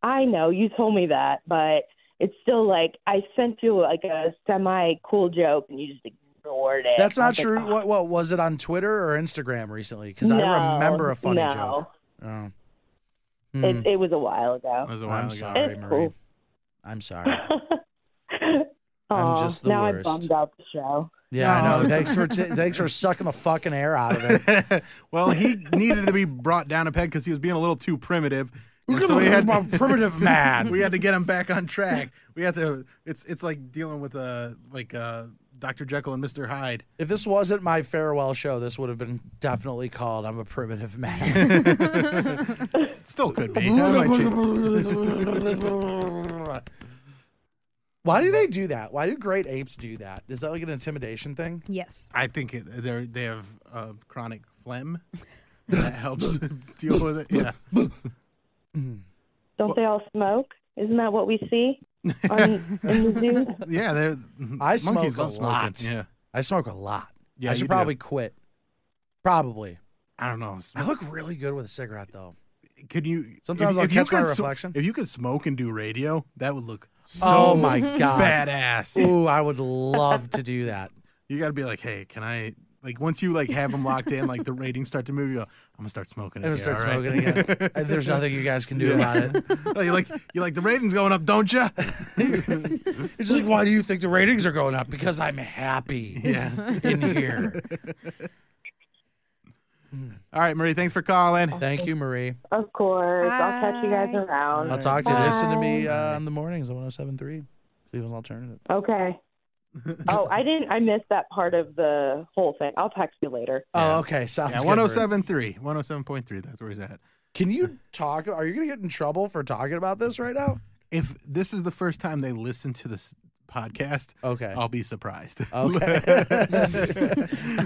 S11: I know you told me that, but it's still like I sent you like a semi cool joke and you just ignored it.
S2: That's
S11: I
S2: not
S11: was like,
S2: true.
S11: "Oh,
S2: What, what was it on Twitter or Instagram recently? Because I
S11: no,
S2: remember a funny
S11: no.
S2: joke. Oh. Hmm.
S11: It, it was a while ago.
S1: That was a while
S2: I'm
S1: ago.
S2: sorry,
S11: It's
S2: Marie.
S11: cool.
S2: I'm sorry.
S11: Aw,
S2: just the
S11: now
S2: worst.
S11: I bummed out the show.
S2: Yeah, I know.
S1: No.
S2: Thanks for t- thanks for sucking the fucking air out of it.
S1: well, he needed to be brought down a peg because he was being a little too primitive. And so we had,
S2: a primitive man.
S1: we had to get him back on track. We had to. It's it's like dealing with a like uh, Dr. Jekyll and Mr. Hyde.
S2: If this wasn't my farewell show, this would have been definitely called "I'm a Primitive Man."
S1: Still could be. That might change.
S2: Why do they do that? Why do great apes do that? Is that like an intimidation thing?
S5: Yes.
S1: I think it, they they have uh, chronic phlegm. That helps deal with it. Yeah.
S11: Don't they all smoke? Isn't that what we see on, in the zoo?
S1: Yeah, they're mm-hmm.
S2: I
S1: monkeys
S2: smoke a
S1: love smoking.
S2: lot.
S1: Yeah,
S2: I smoke a lot.
S1: Yeah,
S2: I
S1: you do.
S2: should probably quit. Probably.
S1: I don't know.
S2: I
S1: Smoke.
S2: look really good with a cigarette, though.
S1: Could you
S2: Sometimes
S1: if,
S2: I'll
S1: if
S2: catch
S1: you
S2: my
S1: could sm-
S2: reflection.
S1: if you could smoke and do radio, that would look so
S2: oh my god!
S1: badass.
S2: Ooh, I would love to do that.
S1: You got to be like, hey, can I? Like once you like have them locked in, like the ratings start to move. You go, I'm gonna start smoking.
S2: I'm gonna
S1: again,
S2: start
S1: all right?"
S2: smoking again. And There's nothing you guys can do about it.
S1: Oh, you like you like the ratings going up, don't you?
S2: It's like, why do you think the ratings are going up? Because I'm happy
S1: Yeah.
S2: in here.
S1: All right, Marie, thanks for calling.
S2: Thank you, Marie.
S11: Of course. I'll catch you guys
S5: Bye.
S11: around.
S2: I'll talk to you.
S11: Bye.
S2: oh Listen to me uh, in the mornings on 107.3 Cleveland Alternative.
S11: Okay. oh, I didn't. I missed that part of the whole thing. I'll text you later.
S2: Oh, okay. Sounds
S1: yeah,
S2: good, Ruth.
S1: 107.3. 107.3. That's where he's at.
S2: Can you talk? Are you going to get in trouble for talking about this right now?
S1: If this is the first time they listen to this podcast,
S2: okay,
S1: I'll be surprised.
S2: Okay.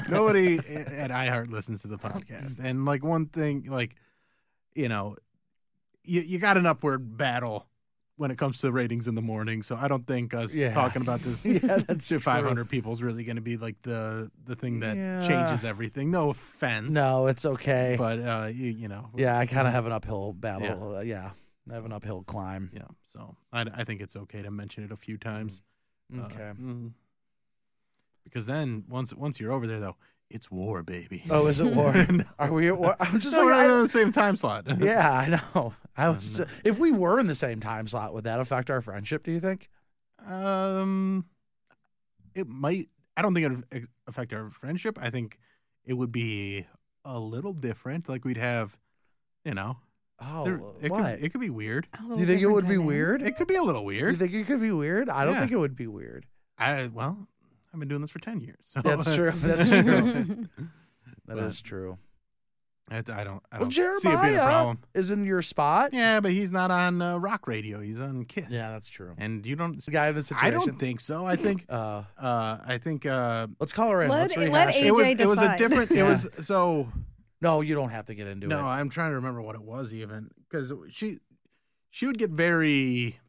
S1: Nobody at iHeart listens to the podcast, and like one thing, like you know, you you got an upward battle when it comes to ratings in the morning. So I don't think us
S2: Yeah.
S1: talking about this
S2: Yeah, that's
S1: to
S2: true.
S1: 500 people is really going to be like the the thing that
S2: Yeah.
S1: changes everything. No offense.
S2: No, it's okay.
S1: But uh, you, you know,
S2: yeah, I
S1: Mm-hmm.
S2: kind of have an uphill battle. Yeah. yeah, I have an uphill climb.
S1: Yeah, so I, I think it's okay to mention it a few times. Uh,
S2: Okay.
S1: mm. because then once once you're over there though, it's war, baby.
S2: Oh, is it war?
S1: No.
S2: Are we at war? I'm just
S1: No,
S2: like,
S1: we're
S2: I-
S1: in the same time slot.
S2: yeah, I know. I was. If we were in the same time slot, would that affect our friendship? Do you think?
S1: Um, it might. I don't think it would affect our friendship. I think it would be a little different. Like we'd have, you know,
S2: Oh,
S1: there- it
S2: what?
S1: Could, it could be weird.
S2: Do you think it would be weird?
S1: It could be a little
S2: Do you
S1: weird.
S2: think it could be weird? I don't
S1: Yeah.
S2: think it would be weird.
S1: I well, I've been doing this for ten years. So
S2: That's true. That's true. That is
S1: But-
S2: true.
S1: I, I don't. I don't
S2: Well,
S1: see it being a
S2: Jeremiah
S1: problem.
S2: is in your spot.
S1: Yeah, but he's not on uh, rock radio. He's on Kiss.
S2: Yeah, that's true.
S1: and you don't.
S2: The guy in the situation.
S1: I don't think so. I think.
S2: Uh,
S1: Uh, I think. Uh,
S2: let's call her in.
S5: Let-
S2: Let's
S5: let
S2: rehash it.
S5: AJ
S1: it was. It was a
S5: decide.
S1: different. It
S2: Yeah.
S1: was so.
S2: No, you don't have to get into
S1: no,
S2: it.
S1: I'm trying to remember what it was even because she, she would get very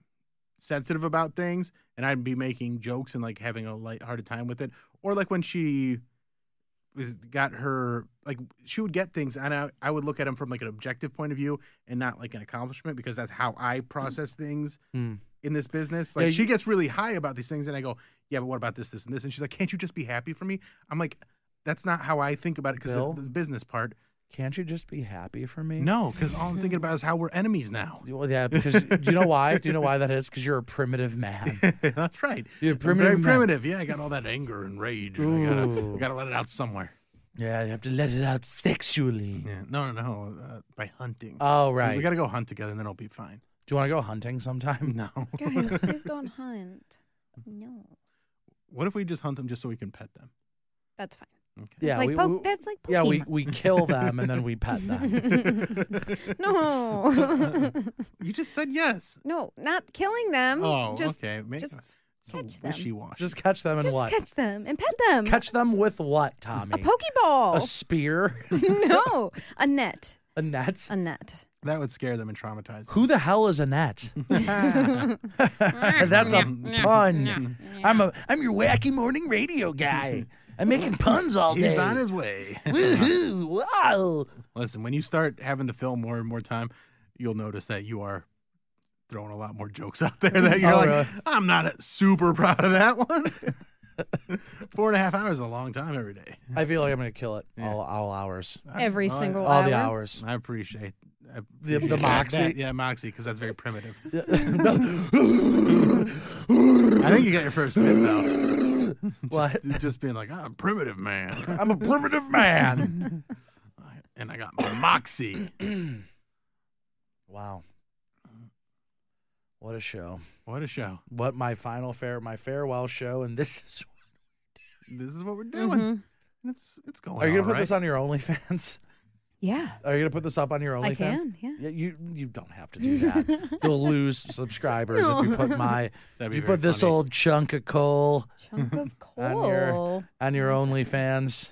S1: sensitive about things, and I'd be making jokes and like having a lighthearted time with it, or like when she was- got her like she would get things and I, I would look at them from like an objective point of view and not like an accomplishment because that's how i process things
S2: Hmm.
S1: in this business
S2: Yeah,
S1: like she
S2: you-
S1: gets really high about these things and i go yeah but what about this this and this and she's like can't you just be happy for me i'm like that's not how i think about it because
S2: Bill?
S1: the, the business part
S2: Can't you just be happy for me?
S1: no, because all I'm thinking about is how we're enemies now.
S2: Well, yeah, because do you know why? Do you know why that is? Because you're a primitive man.
S1: That's right. I'm very
S2: You're a primitive. man.
S1: primitive. Yeah, I got all that anger and rage. And I gotta,
S2: Ooh.
S1: I gotta let it out somewhere.
S2: Yeah, you have to let it out sexually.
S1: Yeah. No, no, no. Uh, by hunting.
S2: Oh,
S1: We-
S2: right.
S1: We gotta go hunt together, and then I'll be fine.
S2: Do you want to go hunting sometime?
S1: No.
S5: Guys, please don't hunt. No,
S1: what if we just hunt them just so we can pet them?
S5: that's fine.
S1: Okay.
S2: Yeah,
S5: it's like
S2: we,
S5: poke.
S2: we-
S5: that's like
S2: yeah, we,
S5: Pokemon.
S2: we kill them and then we pet them.
S5: no,
S1: You just said yes.
S5: no, not killing them.
S1: oh,
S5: just
S1: okay. Maybe
S5: just
S1: so
S5: catch them.
S1: wishy-washy.
S2: Just catch them and
S5: just
S2: what?
S5: catch them and pet them.
S2: Catch them with what, Tommy?
S5: a
S2: A
S5: pokeball.
S2: spear?
S5: no, a net.
S2: a net?
S5: A net.
S1: that would scare them and traumatize them.
S2: Who the hell is a net? That's a pun. I'm a I'm your wacky morning radio guy. I'm making puns all day.
S1: He's on his way.
S2: Woohoo! Wow.
S1: Listen, when you start having to film more and more time, you'll notice that you are throwing a lot more jokes out there that you're
S2: Oh,
S1: like,
S2: really?
S1: I'm not a- super proud of that one. Four and a half hours is a long time every day.
S2: I feel like I'm gonna kill it
S1: Yeah.
S2: all, all hours,
S3: Every
S1: Well,
S3: single
S2: all
S3: hour.
S2: the hours.
S1: I appreciate, I
S2: The- the
S1: appreciate that-
S2: moxie.
S1: that- yeah, moxie, because that's very primitive.
S2: I'm
S1: I think you got your first pip though.
S2: What?
S1: Just, just being like, I'm a primitive man,
S2: a primitive man.
S1: and I got my moxie.
S2: wow. What a show.
S1: What a show!
S2: What my final fair my farewell show and this is
S1: This is what we're doing.
S5: Mm-hmm.
S1: And It's it's going.
S2: Are you gonna
S1: all
S2: put this
S1: right.
S2: on your OnlyFans?
S3: Yeah.
S2: Are you gonna put this up on your OnlyFans?
S3: I can. Yeah.
S2: Yeah, you you don't have to do that. You'll lose subscribers if you put my
S1: That'd
S2: if
S1: be
S2: you
S1: very
S2: put this
S1: funny.
S2: old chunk of coal
S3: Chunk of
S2: On your-
S3: coal.
S2: on your OnlyFans.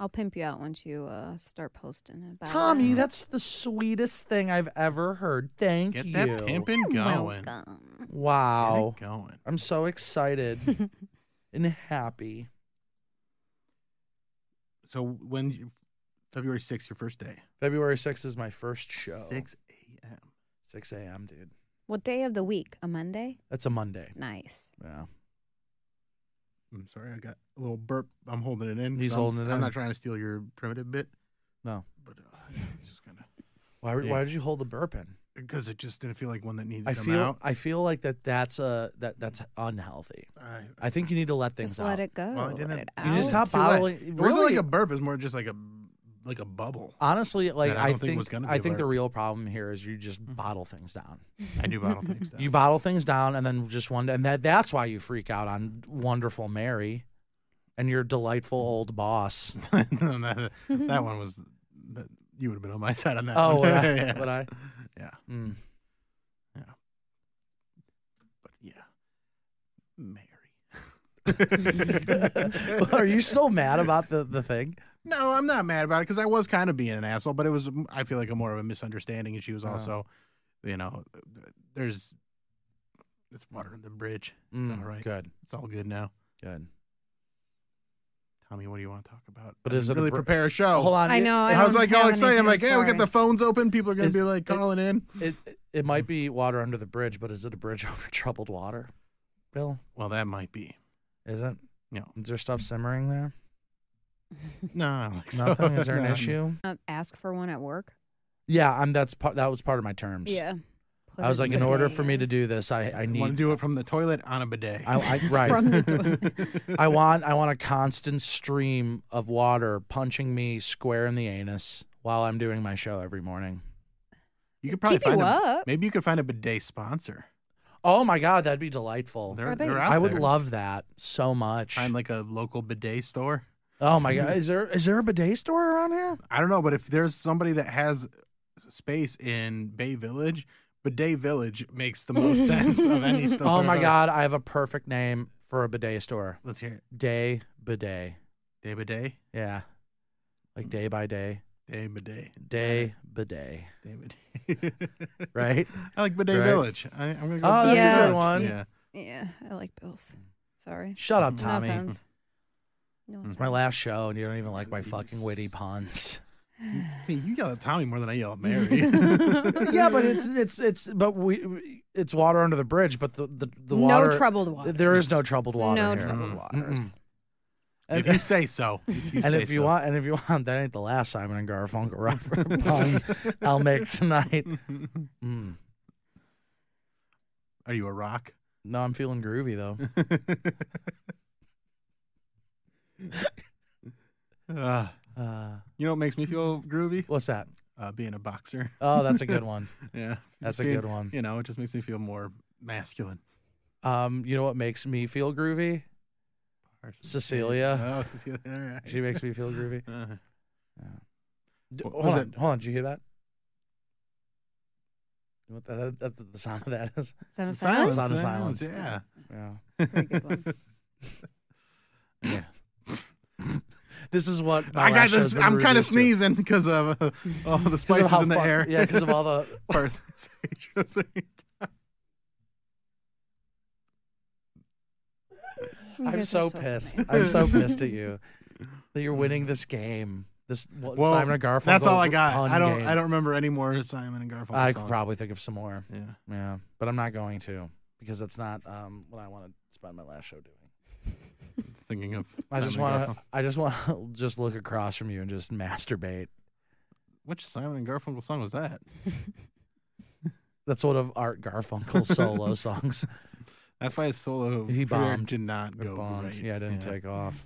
S5: I'll pimp you out once you uh, start posting about
S2: Tommy,
S5: it.
S2: that's the sweetest thing I've ever heard. Thank
S1: Get
S2: you.
S1: that pimping going. Get
S5: Welcome.
S2: Wow.
S1: it going.
S2: I'm so excited and happy.
S1: So when you- February 6th, your first day,
S2: February 6th is my first show.
S1: 6 a.m.
S2: 6 a.m., dude.
S5: What day of the week? A Monday?
S2: That's a Monday.
S5: Nice.
S2: Yeah.
S1: I'm sorry, I got a little burp. I'm holding it in. 'cause
S2: He's
S1: I'm-
S2: holding it
S1: I'm
S2: in.
S1: not trying to steal your primitive bit,
S2: No.
S1: but uh, yeah, it's just kind of
S2: Why,
S1: Yeah.
S2: why did you hold the burp in?
S1: because it just didn't feel like one that needed
S2: I
S1: to come
S2: feel
S1: out.
S2: I feel like that that's a that that's unhealthy.
S1: I,
S2: I think you need to let things
S5: Just
S2: out.
S5: let it go.
S1: well, I
S5: let
S1: didn't-
S5: Oh, it
S1: you
S5: out.
S2: You need to stop
S1: It's too late.
S2: bottling.
S1: it wasn't
S2: really-
S1: like a burp. It's more just like a like a bubble.
S2: Honestly, like
S1: that
S2: I,
S1: don't
S2: think,
S1: was gonna be Mm-hmm.
S2: I think the
S1: there.
S2: real problem here is you just bottle things down.
S1: I do bottle things down.
S2: You bottle things down, and then just one, and that that's why you freak out on Wonderful Mary, and your delightful old boss.
S1: that, that one was that, you would have been on my side on that.
S2: Oh,
S1: one.
S2: would I?
S1: Yeah.
S2: Would I?
S1: Yeah.
S2: Mm.
S1: Yeah. But yeah, Mary.
S2: Are you still mad about the the thing?
S1: No, I'm not mad about it because I was kind of being an asshole, but it was mm, I feel like a more of a misunderstanding, and she was
S2: Oh.
S1: also, you know, there's it's water in the bridge.
S2: Mm,
S1: it's all right.
S2: good.
S1: It's all good now.
S2: Good.
S1: Tommy, what do you want to talk about?
S2: But
S1: I
S2: is
S1: didn't
S2: it a
S1: really
S2: br-
S1: prepare a show?
S2: Hold on. I know, I
S1: I, was
S2: don't
S1: like all
S2: have
S1: excited. I'm
S2: anything,
S1: like, yeah,
S2: I'm
S1: we got
S2: sorry.
S1: the phones open. People are gonna
S2: Is-
S1: be like calling in.
S2: It it might be water under the bridge, but is it a bridge over troubled water? Bill,
S1: Well, that might be.
S2: is it?
S1: No.
S2: Is there stuff simmering there?
S1: No, I don't think so.
S2: Nothing. Is there
S1: No,
S2: an
S1: no.
S2: issue?
S5: Uh, ask for one at work.
S2: Yeah, I'm. That's part. That was part of my terms.
S5: Yeah. Put
S2: I was
S5: it
S2: like, in
S5: the
S2: order
S5: day
S2: for me to do this, I I
S1: Want to
S2: need.
S1: do it from the toilet on a bidet?
S2: I, I right.
S5: From the toilet.
S2: I want I want a constant stream of water punching me square in the anus while I'm doing my show every morning.
S1: you could probably
S5: Keep you
S1: find a,
S5: up.
S1: maybe you could find a bidet sponsor.
S2: Oh my god, that'd be delightful.
S1: They're,
S5: I bet
S1: they're
S5: you
S1: out
S2: I would
S1: there.
S2: love that so much.
S1: find like a local bidet store.
S2: oh my god, is there is there a bidet store around here?
S1: I don't know, but if there's somebody that has space in Bay Village, Bidet Village makes the most sense of any store.
S2: Oh my god, I have a perfect name for a bidet store.
S1: Let's hear it.
S2: Day bidet.
S1: Day bidet,
S2: Yeah. Like day by day.
S1: day bidet,
S2: Day bidet.
S1: day bidet.
S2: Right?
S1: I like Bidet
S2: Right.
S1: Village. I, I'm gonna go.
S2: Oh,
S1: with
S5: that's a
S1: Bidet
S5: good
S1: Village.
S2: one.
S1: Yeah.
S5: Yeah, I like Bill's. Sorry.
S2: Shut up,
S1: No
S2: Tommy.
S5: No offense. No
S2: It's my last show and you don't even like my fucking witty puns.
S1: See, you yell at Tommy more than I yell at Mary.
S2: yeah, but it's it's it's but we- we it's water under the bridge, but the the, the
S5: no
S2: water
S5: troubled water.
S2: there is no troubled water.
S5: No
S2: here.
S5: troubled waters.
S1: if
S2: And,
S1: Mm. you say so. If you
S2: and
S1: say
S2: if you
S1: so.
S2: want and if you want, that ain't the last Simon and Garfunkel rock puns I'll make tonight. Mm.
S1: are you a rock?
S2: No, I'm feeling groovy though.
S1: Ah,
S2: Uh,
S1: you know what makes me feel groovy?
S2: what's that?
S1: Uh, being a boxer.
S2: Oh, that's a good one.
S1: Yeah,
S2: That's
S1: Just
S2: a
S1: being-
S2: good one.
S1: You know, it just makes me feel more masculine.
S2: Um, you know what makes me feel groovy? Cecilia.
S1: Oh, Cecilia. All right.
S2: She makes me feel groovy.
S1: Uh,
S2: D-
S1: What
S2: hold
S1: was
S2: on,
S1: that?
S2: hold on. Did you hear that? You know What the, that, that- the sound of that is?
S5: Sound of
S1: silence,
S5: silence.
S2: Sound of
S1: silence,
S2: silence.
S1: Yeah.
S2: Yeah.
S5: Very good one.
S1: yeah.
S2: This is what my
S1: I got
S2: last show's
S1: this.
S2: been
S1: I'm kind of
S2: reduced to.
S1: sneezing because of uh, all the
S2: 'Cause of
S1: spices
S2: how
S1: in the
S2: fuck-
S1: air.
S2: Yeah, because of all the.
S1: Parsons Adrian's
S5: You
S2: I'm
S5: guys
S2: so
S5: are
S2: pissed.
S5: funny.
S2: I'm so pissed at you that you're winning this game. This what,
S1: Well,
S2: Simon and Garfunkel.
S1: That's all I got.
S2: pun
S1: I don't.
S2: game.
S1: I don't remember any more Simon and Garfunkel
S2: I could
S1: songs.
S2: probably think of some more.
S1: Yeah.
S2: Yeah, but I'm not going to because that's not um, what I want to spend my last show doing.
S1: Just Thinking of.
S2: I just
S1: Simon and
S2: want
S1: Garfunkel.
S2: to. I just want to just look across from you and just masturbate.
S1: Which Simon and Garfunkel song was that?
S2: That's one of Art Garfunkel's solo songs.
S1: That's why his solo
S2: He
S1: career
S2: bombed.
S1: did not
S2: It
S1: go
S2: bombed.
S1: great.
S2: Yeah, it didn't take off.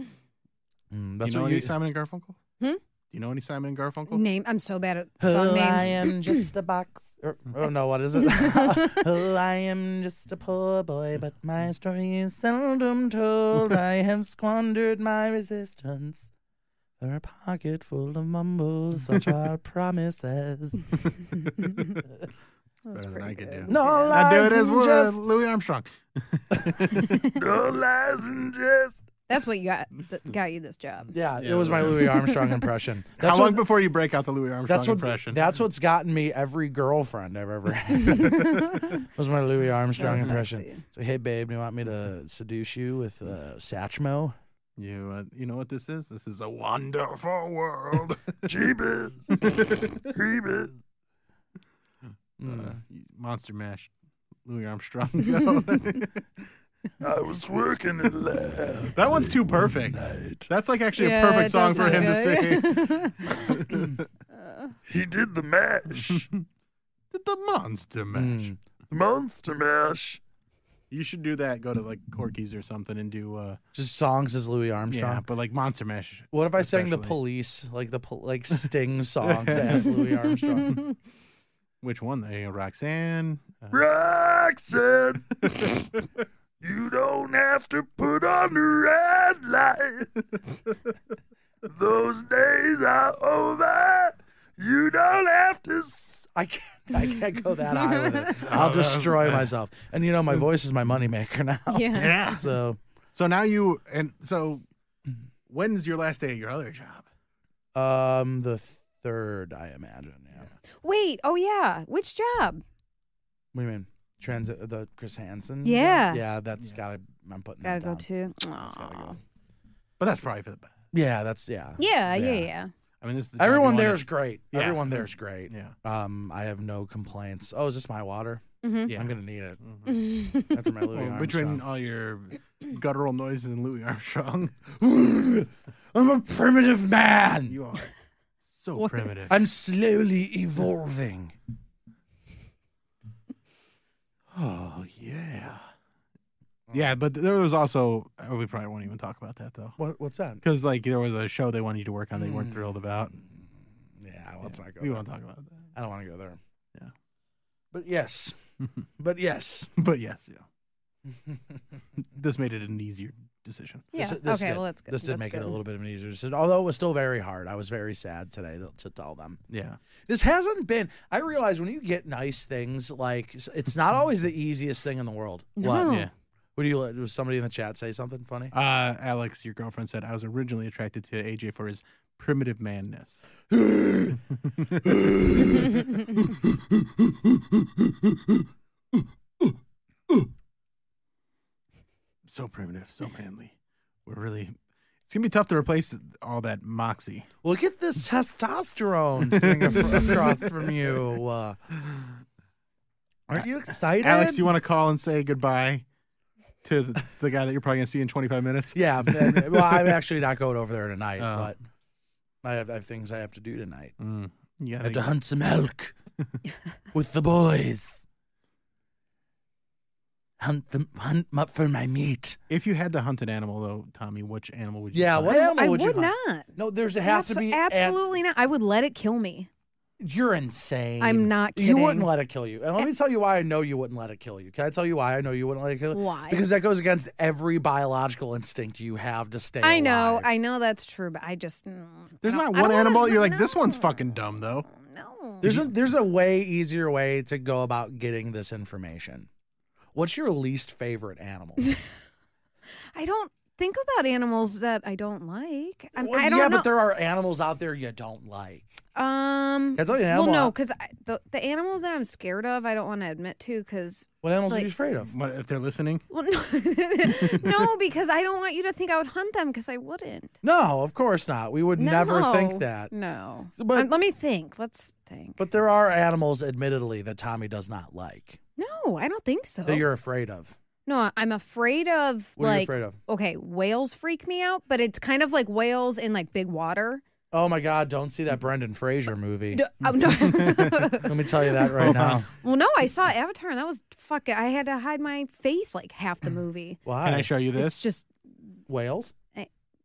S2: Mm,
S1: Do
S2: that's
S1: you know
S2: what
S1: any
S2: you.
S1: Simon and Garfunkel?
S5: Hmm?
S1: Do you know any Simon and Garfunkel?
S5: Name. I'm so bad at
S2: Who
S5: song
S2: I
S5: names.
S2: am just a box. Or, oh no, what is it? Who I am just a poor boy, but my story is seldom told. I have squandered my resistance for a pocket full of mumbles, such are promises.
S5: That was
S1: Better than
S5: pretty
S1: I could
S5: good.
S1: do.
S2: No
S1: I do
S2: lies
S1: it as
S2: and
S1: well.
S2: just.
S1: Louis Armstrong.
S2: No lies and just.
S5: That's what you got that got you this job.
S2: Yeah,
S1: Yeah,
S2: it was my
S1: whatever.
S2: Louis Armstrong impression. That's
S1: How
S2: what,
S1: long before you break out the Louis Armstrong
S2: that's what
S1: impression?
S2: that's what's gotten me every girlfriend I've ever had. was my Louis Armstrong impression.
S5: sexy.
S2: So hey babe, do you want me to seduce you with uh, Satchmo?
S1: you uh, you know what this is? This is a wonderful world.
S2: Jeebus, Jeebus.
S5: Hmm.
S2: Mm.
S1: Uh, Monster Mash, Louis Armstrong. that
S2: I was working in lab.
S1: one's too perfect. That's like actually
S5: Yeah,
S1: a perfect
S5: it
S1: song
S5: does
S1: for him to sing.
S5: sound good.
S2: He did the mash.
S5: Hmm.
S1: Did the Monster Mash.
S2: Monster mash.
S1: You should do that. Go to like Corky's or something and do uh
S2: just songs as Louis Armstrong.
S1: Yeah, but like Monster Mash.
S2: What if I sang the police, like the pol- like Sting songs as Louis Armstrong?
S1: Which one? They Roxanne. Uh,
S12: Roxanne, you don't have to put on the red light. Those days are over. You don't have to. S-
S2: I can't. I can't go Oh, that high with it. I'll destroy myself. And you know, my voice is my moneymaker now.
S1: Yeah. Yeah.
S2: So,
S1: so now you and so when's your last day at your other job?
S2: um, the third, I imagine. Yeah.
S5: Wait. Oh yeah. Which job?
S2: What do you mean? Transit the Chris Hansen.
S5: Yeah.
S2: Yeah, that's gotta. I'm putting.
S5: Gotta
S2: that
S5: go
S2: down.
S5: too.
S2: That's gotta go.
S1: But that's probably for the best.
S2: Yeah. That's yeah.
S5: Yeah. Yeah. Yeah.
S1: I mean, this is the job you
S2: Everyone
S1: wanna-
S2: there's great.
S1: Yeah.
S2: Everyone there's great.
S1: Yeah.
S2: Um, I have no complaints. Oh, is this my water?
S5: Mhm.
S1: Yeah.
S2: I'm gonna need it after my Mm-hmm. Louis
S1: Well,
S2: Armstrong.
S1: between uh, all your guttural noises and Louis Armstrong,
S2: I'm a primitive man.
S1: You are so
S2: What?
S1: primitive.
S2: I'm slowly evolving.
S1: Oh yeah, yeah. But there was also oh, we probably won't even talk about that though,
S2: What? What's that?
S1: because like there was a show they wanted you to work on that you weren't thrilled about.
S2: Yeah. Let's not go.
S1: We
S2: there.
S1: won't Hmm. talk about that.
S2: I don't want to go there.
S1: Yeah.
S2: But yes. but yes.
S1: But yes, yeah. this made it an easier decision.
S5: Yeah,
S2: This-
S5: okay,
S2: did-
S5: well, that's good,
S2: This did
S5: that's
S2: make it
S5: good.
S2: a little bit of an easier decision, although it was still very hard. I was very sad today to, to tell them.
S1: Yeah.
S2: This hasn't been. I realize when you get nice things, like s- it's not always the easiest thing in the world.
S1: No.
S2: What?
S1: Yeah.
S2: What do you? Was somebody in the chat say something funny?
S1: Uh, Alex, your girlfriend said I was originally attracted to AJ for his primitive manness. so primitive, so manly. We're really. It's gonna be tough to replace all that moxie.
S2: Look at this testosterone sitting af- across from you. Uh, aren't you excited,
S1: Alex, you want to call and say goodbye to the, the guy that you're probably gonna see in 25 minutes?
S2: Yeah. and- well, I'm actually not going over there tonight,
S1: Oh.
S2: but I have, I have things I have to do tonight.
S1: Mm, you
S2: I
S1: gotta
S2: have to hunt some elk with the boys. Hunt them, hunt m- for my meat.
S1: If you had to hunt an animal, though, Tommy, which animal would you?
S2: Yeah,
S1: hunt?
S2: what
S5: I,
S2: animal
S5: I
S2: would
S5: would,
S2: you hunt?
S5: not.
S2: No, there's it has to
S5: Abso-
S2: be an-
S5: absolutely not. I would let it kill me.
S2: You're insane.
S5: I'm not
S2: You wouldn't
S5: kidding.
S2: let it kill you. And let me tell you why I know you wouldn't let it kill you. Can I tell you why I know you wouldn't let it kill you?
S5: Why?
S2: Because that goes against every biological instinct you have to stay.
S5: I know,
S2: alive.
S5: I know that's true, but I just mm, I
S1: There's
S5: don't-
S1: not
S5: I
S1: one
S5: don't wanna-
S1: animal you're like this one's fucking dumb though.
S2: There's a there's a way easier way to go about getting this information. What's your least favorite animal?
S5: I don't think about animals that I don't like. I'm,
S2: Well,
S5: I don't
S2: yeah,
S5: know.
S2: but there are animals out there you don't like.
S5: um,
S2: Can I tell you an
S5: well,
S2: animal
S5: no,
S2: I-
S5: because the the animals that I'm scared of, I don't want to admit to, because
S2: What animals are
S5: Like-
S2: you afraid of?
S1: What if they're listening?
S5: well, no, no, because I don't want you to think I would hunt them, because I wouldn't.
S2: No, of course not. We would never
S5: No.
S2: think that.
S5: No,
S2: So, but-
S5: Um, let me think. Let's think.
S2: But there are animals, admittedly, that Tommy does not like
S5: No, I don't think so.
S2: that you're afraid of.
S5: No, I'm afraid of
S2: What are you
S5: like
S2: afraid of?
S5: okay, whales freak me out, but it's kind of like whales in like big water.
S2: Oh my God! Don't see that Brendan Fraser movie.
S5: D- um, no.
S2: Let me tell you that right now.
S5: well, no, I saw Avatar and that was fuck it. I had to hide my face like half the movie.
S2: Why?
S1: Can I show you
S5: It's
S1: this?
S5: just
S2: whales?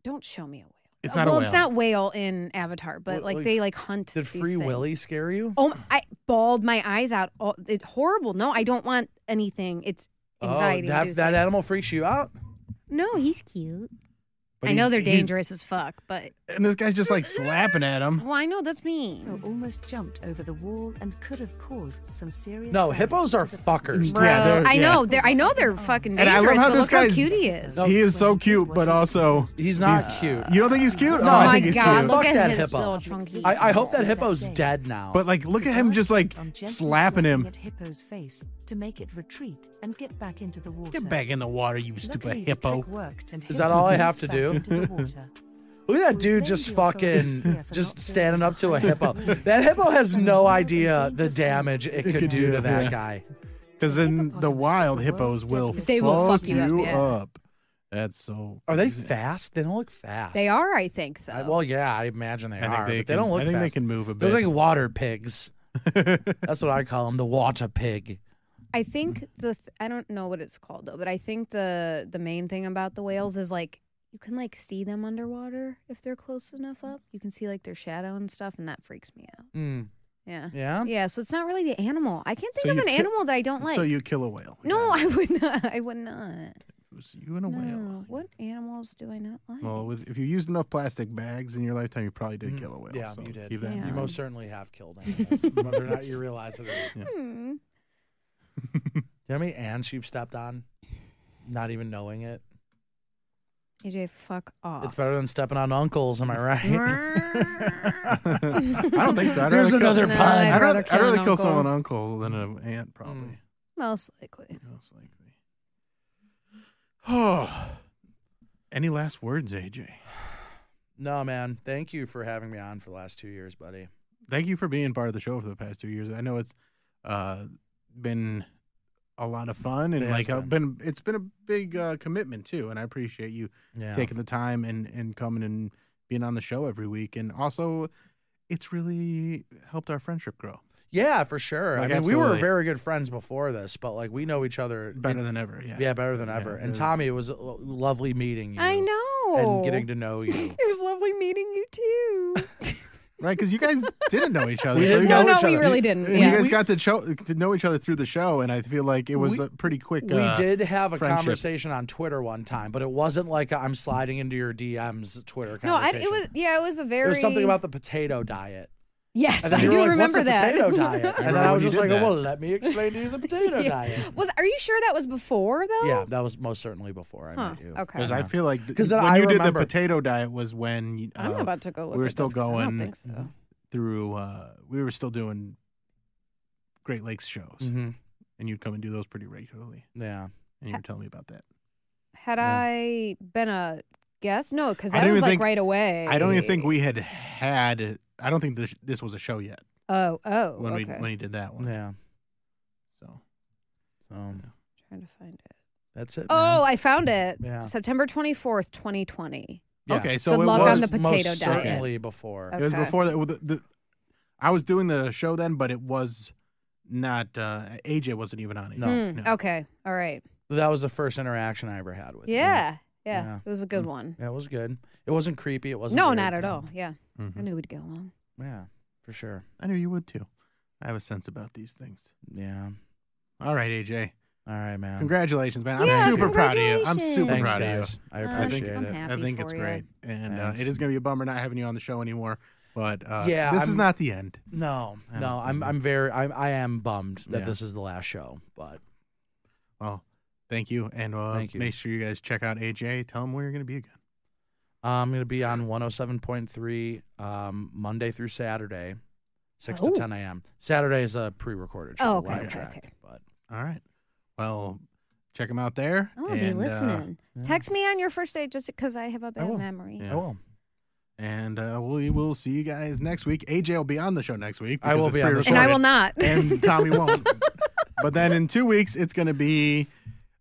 S5: don't show me a whale.
S1: It's not a
S5: well,
S1: whale.
S5: it's not whale in Avatar, but
S2: What-
S5: like
S2: like,
S5: they like hunt.
S2: Did
S5: these
S2: Free
S5: things.
S2: Willy scare you?
S5: Oh, I bawled my eyes out. Oh, it's horrible. No, I don't want anything. It's anxiety.
S2: oh, that, that animal freaks you out.
S5: no, he's cute.
S1: But
S5: I know
S1: he's-
S5: they're
S1: he's-
S5: dangerous as fuck, but
S1: And this guy's just like slapping at
S2: Mm.
S1: him.
S5: well, I know that's me.
S13: almost jumped over the wall and could have caused some serious.
S2: No, hippos are fuckers.
S5: Bro, I know they're I know
S13: Oh,
S5: they're fucking
S1: And
S5: dangerous.
S1: I love how
S5: but
S1: this
S5: look how
S1: guy's
S5: cute he is.
S1: He is so cute, but also
S2: He's not cute.
S1: You don't think he's cute?
S2: No,
S1: oh, I
S5: my
S1: think he's
S5: God,
S1: cute.
S5: look
S2: Fuck
S5: at
S2: that
S5: his
S2: hippo.
S5: little chunky.
S2: I, I hope that hippo's dead now.
S1: But like, look at him just like slapping him.
S13: At hippo's face to make it retreat and get back into the water.
S1: Get back in the water, you stupid
S13: Luckily, the
S1: hippo.
S13: trick worked and
S2: Is that
S13: Hippo
S2: all I
S13: moved
S2: have to
S13: back
S2: do?
S13: into the water.
S2: Look at that dude just fucking just standing up to a hippo. That hippo has no idea the damage it could,
S1: could
S2: do
S1: do,
S2: to that
S1: yeah.
S2: guy.
S1: Because in the wild, hippos will
S5: They will fuck you up, yeah.
S1: up. That's so.
S2: Are they fast? They don't look fast.
S5: They are, I think so.
S2: Oh, I- well, yeah, I imagine they
S1: I think
S2: are.
S1: they
S2: but they
S1: can-
S2: don't look.
S1: I think they
S2: fast.
S1: can move a
S2: They're
S1: bit.
S2: like water pigs. That's what I call them, the water pig.
S5: I think the th- I don't know what it's called though, but I think the the main thing about the whales is like you can like see them underwater if they're close enough up. You can see like their shadow and stuff, and that freaks me out.
S2: Mm.
S5: Yeah.
S2: Yeah?
S5: Yeah. So it's not really the animal. I can't think
S1: So
S5: of
S1: you
S5: an
S1: ki-
S5: animal that I don't like.
S1: So you kill a whale.
S5: No, I would not. I would not.
S1: It's you and a whale.
S5: No. What animals do I not like?
S1: Well, with, if you used enough plastic bags in your lifetime, you probably
S2: Mm.
S1: did kill a whale.
S2: Yeah,
S1: so
S2: you did.
S1: keep that in
S2: You
S1: mind.
S2: most certainly have killed animals, whether or not you realize it. Or not.
S5: Hmm.
S2: Do you know how many ants you've stepped on, not even knowing it?
S5: AJ, fuck off.
S2: It's better than stepping on uncles. Am I right?
S1: I don't think so. I'd
S2: There's
S1: rather kill-
S2: another
S5: No,
S2: pun.
S1: I'd
S5: I'd
S1: rather,
S5: rather
S1: I'd
S5: kill
S1: rather
S5: an
S1: kill
S5: uncle.
S1: someone uncle than an aunt,
S2: Mm.
S1: probably.
S5: Most likely.
S1: Most likely. Oh. Any last words, AJ?
S2: No, man. Thank you for having me on for the last two years, buddy.
S1: Thank you for being part of the show for the past two years. I know it's uh, been a lot of fun and
S2: It
S1: like
S2: has
S1: uh, been it's been a big uh, commitment too. And I appreciate you
S2: Yeah.
S1: taking the time and and coming and being on the show every week. And also, it's really helped our friendship grow
S2: Yeah, for sure.
S1: Like,
S2: I mean, we were
S1: absolutely.
S2: very good friends before this, but like we know each other
S1: better than ever. Yeah.
S2: Yeah, better than ever. And
S1: the-
S2: Tommy, it was lo- lovely meeting you.
S5: I know.
S2: And getting to know you.
S5: It was lovely meeting you too.
S1: Right, because you guys didn't know each other.
S2: We didn't
S1: you
S2: know
S1: guys-
S2: No, each no, we other.
S5: really didn't,
S1: You
S5: yeah.
S1: guys
S5: We-
S1: got to, cho- to know each other through the show, and I feel like it was
S2: We-
S1: a pretty quick.
S2: We
S1: uh,
S2: did have a
S1: friendship.
S2: conversation on Twitter one time, but it wasn't like I'm sliding into your DMs Twitter
S5: no, I,
S2: conversation.
S5: it was yeah, it was a very
S2: It was something about the potato diet.
S5: Yes,
S2: And then
S5: I
S2: you
S5: do
S2: were like,
S5: remember
S2: What's a
S5: that.
S2: potato diet? And then
S1: Remember
S2: I
S1: when
S2: was
S1: you did
S2: just like,
S1: that?
S2: well, let me explain to you the potato
S5: Yeah.
S2: diet.
S5: Was are you sure that was before though?
S2: Yeah, that was most certainly before I
S5: Huh,
S2: met you.
S5: okay.
S1: Because I feel like th-
S2: 'Cause
S1: when
S2: then I
S1: you did the
S2: remember-
S1: potato diet was when uh,
S5: I'm about to go look.
S1: we were
S5: at
S1: still
S5: this 'cause I don't
S1: going mm-hmm.
S5: think so.
S1: through. Uh, we were still doing Great Lakes shows,
S2: hmm
S1: and you'd come and do those pretty regularly.
S2: Yeah.
S1: And you were telling me about that.
S5: Had I been a guest? No, because
S1: I
S5: that
S1: don't
S5: was
S1: even
S5: like
S1: think-
S5: right away.
S1: I don't even think we had had. I don't think this this was a show yet
S5: Oh, oh,
S1: when
S5: okay.
S1: we when he did that one.
S2: Yeah.
S1: So
S2: So
S5: Trying to find it.
S2: that's it.
S5: Oh,
S2: man.
S5: I found it.
S2: Yeah.
S5: September 24th, 2020.
S2: Yeah.
S1: okay, so
S5: Good
S1: it
S5: luck
S1: was
S5: on the
S2: most
S5: potato diet.
S2: Certainly before.
S1: It was
S5: Okay.
S1: before that. well, The, the, I was doing the show then, but it was not. Uh, AJ wasn't even on it.
S2: No.
S5: Hmm, Okay. All right.
S2: That was the first interaction I ever had with you.
S5: Yeah. Yeah.
S2: Yeah.
S5: It was a
S1: Mm.
S5: good one.
S2: That was good. It wasn't creepy. It wasn't.
S5: No,
S2: weird.
S5: not at all. Yeah. I
S1: Mhm.
S5: knew we'd get along.
S2: Yeah, for sure.
S1: I knew you would too. I have a sense about these things.
S2: Yeah.
S1: All right, AJ.
S2: All right, man.
S1: Congratulations, man.
S5: Yeah,
S1: I'm super proud of you. I'm super
S2: Thanks,
S1: proud of you.
S2: guys. I
S5: Uh,
S2: appreciate
S5: I'm
S2: it.
S5: happy
S1: I think it's
S5: for you.
S1: great. And uh,
S2: Thanks.
S1: it is going to be a bummer not having you on the show anymore. But uh,
S2: Yeah,
S1: this is
S2: I'm-
S1: not the end.
S2: No,
S1: I
S2: no,
S1: don't
S2: I'm
S1: think-
S2: I'm very I'm I am bummed that
S1: Yeah.
S2: this is the last show, but
S1: Well, thank you. And uh,
S2: Thank you.
S1: make sure you guys check out AJ. Tell him where you're going to be again.
S2: uh, I'm gonna be on 107.3 um, Monday through Saturday, six
S5: Oh.
S2: to ten a.m. Saturday is a pre-recorded show,
S5: Oh, okay,
S2: live
S5: okay,
S2: track,
S5: okay.
S2: but
S1: All right. Well, check him out there.
S5: I'll Oh, be
S1: and, uh,
S5: listening.
S2: yeah.
S5: Text me on your first date just because I have a bad
S2: will.
S5: memory.
S1: Yeah. Oh,
S2: I will.
S1: and uh, we will see you guys next week. AJ will be on the show next week.
S2: I
S1: because
S2: will
S1: it's
S2: be on the show.
S5: And I will
S1: pre-recorded.
S5: not.
S1: and Tommy won't. but then in two weeks, it's going to be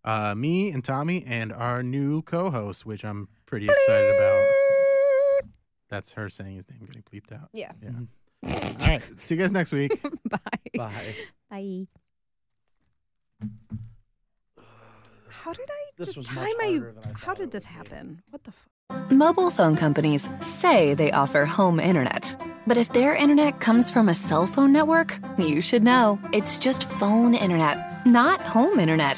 S1: uh, me and Tommy and our new co host, which I'm pretty excited about. That's her saying his name getting bleeped out.
S5: Yeah.
S1: Yeah. All right. See you guys next week.
S5: Bye.
S2: Bye.
S5: Bye. How did I
S2: This
S5: just
S2: was
S5: time
S2: much
S5: I,
S2: harder than I
S5: how
S2: thought
S5: did
S2: it
S5: this
S2: would be.
S5: happen? What the fuck?
S6: Mobile phone companies say they offer home internet. But if their internet comes from a cell phone network, you should know. It's just phone internet, not home internet.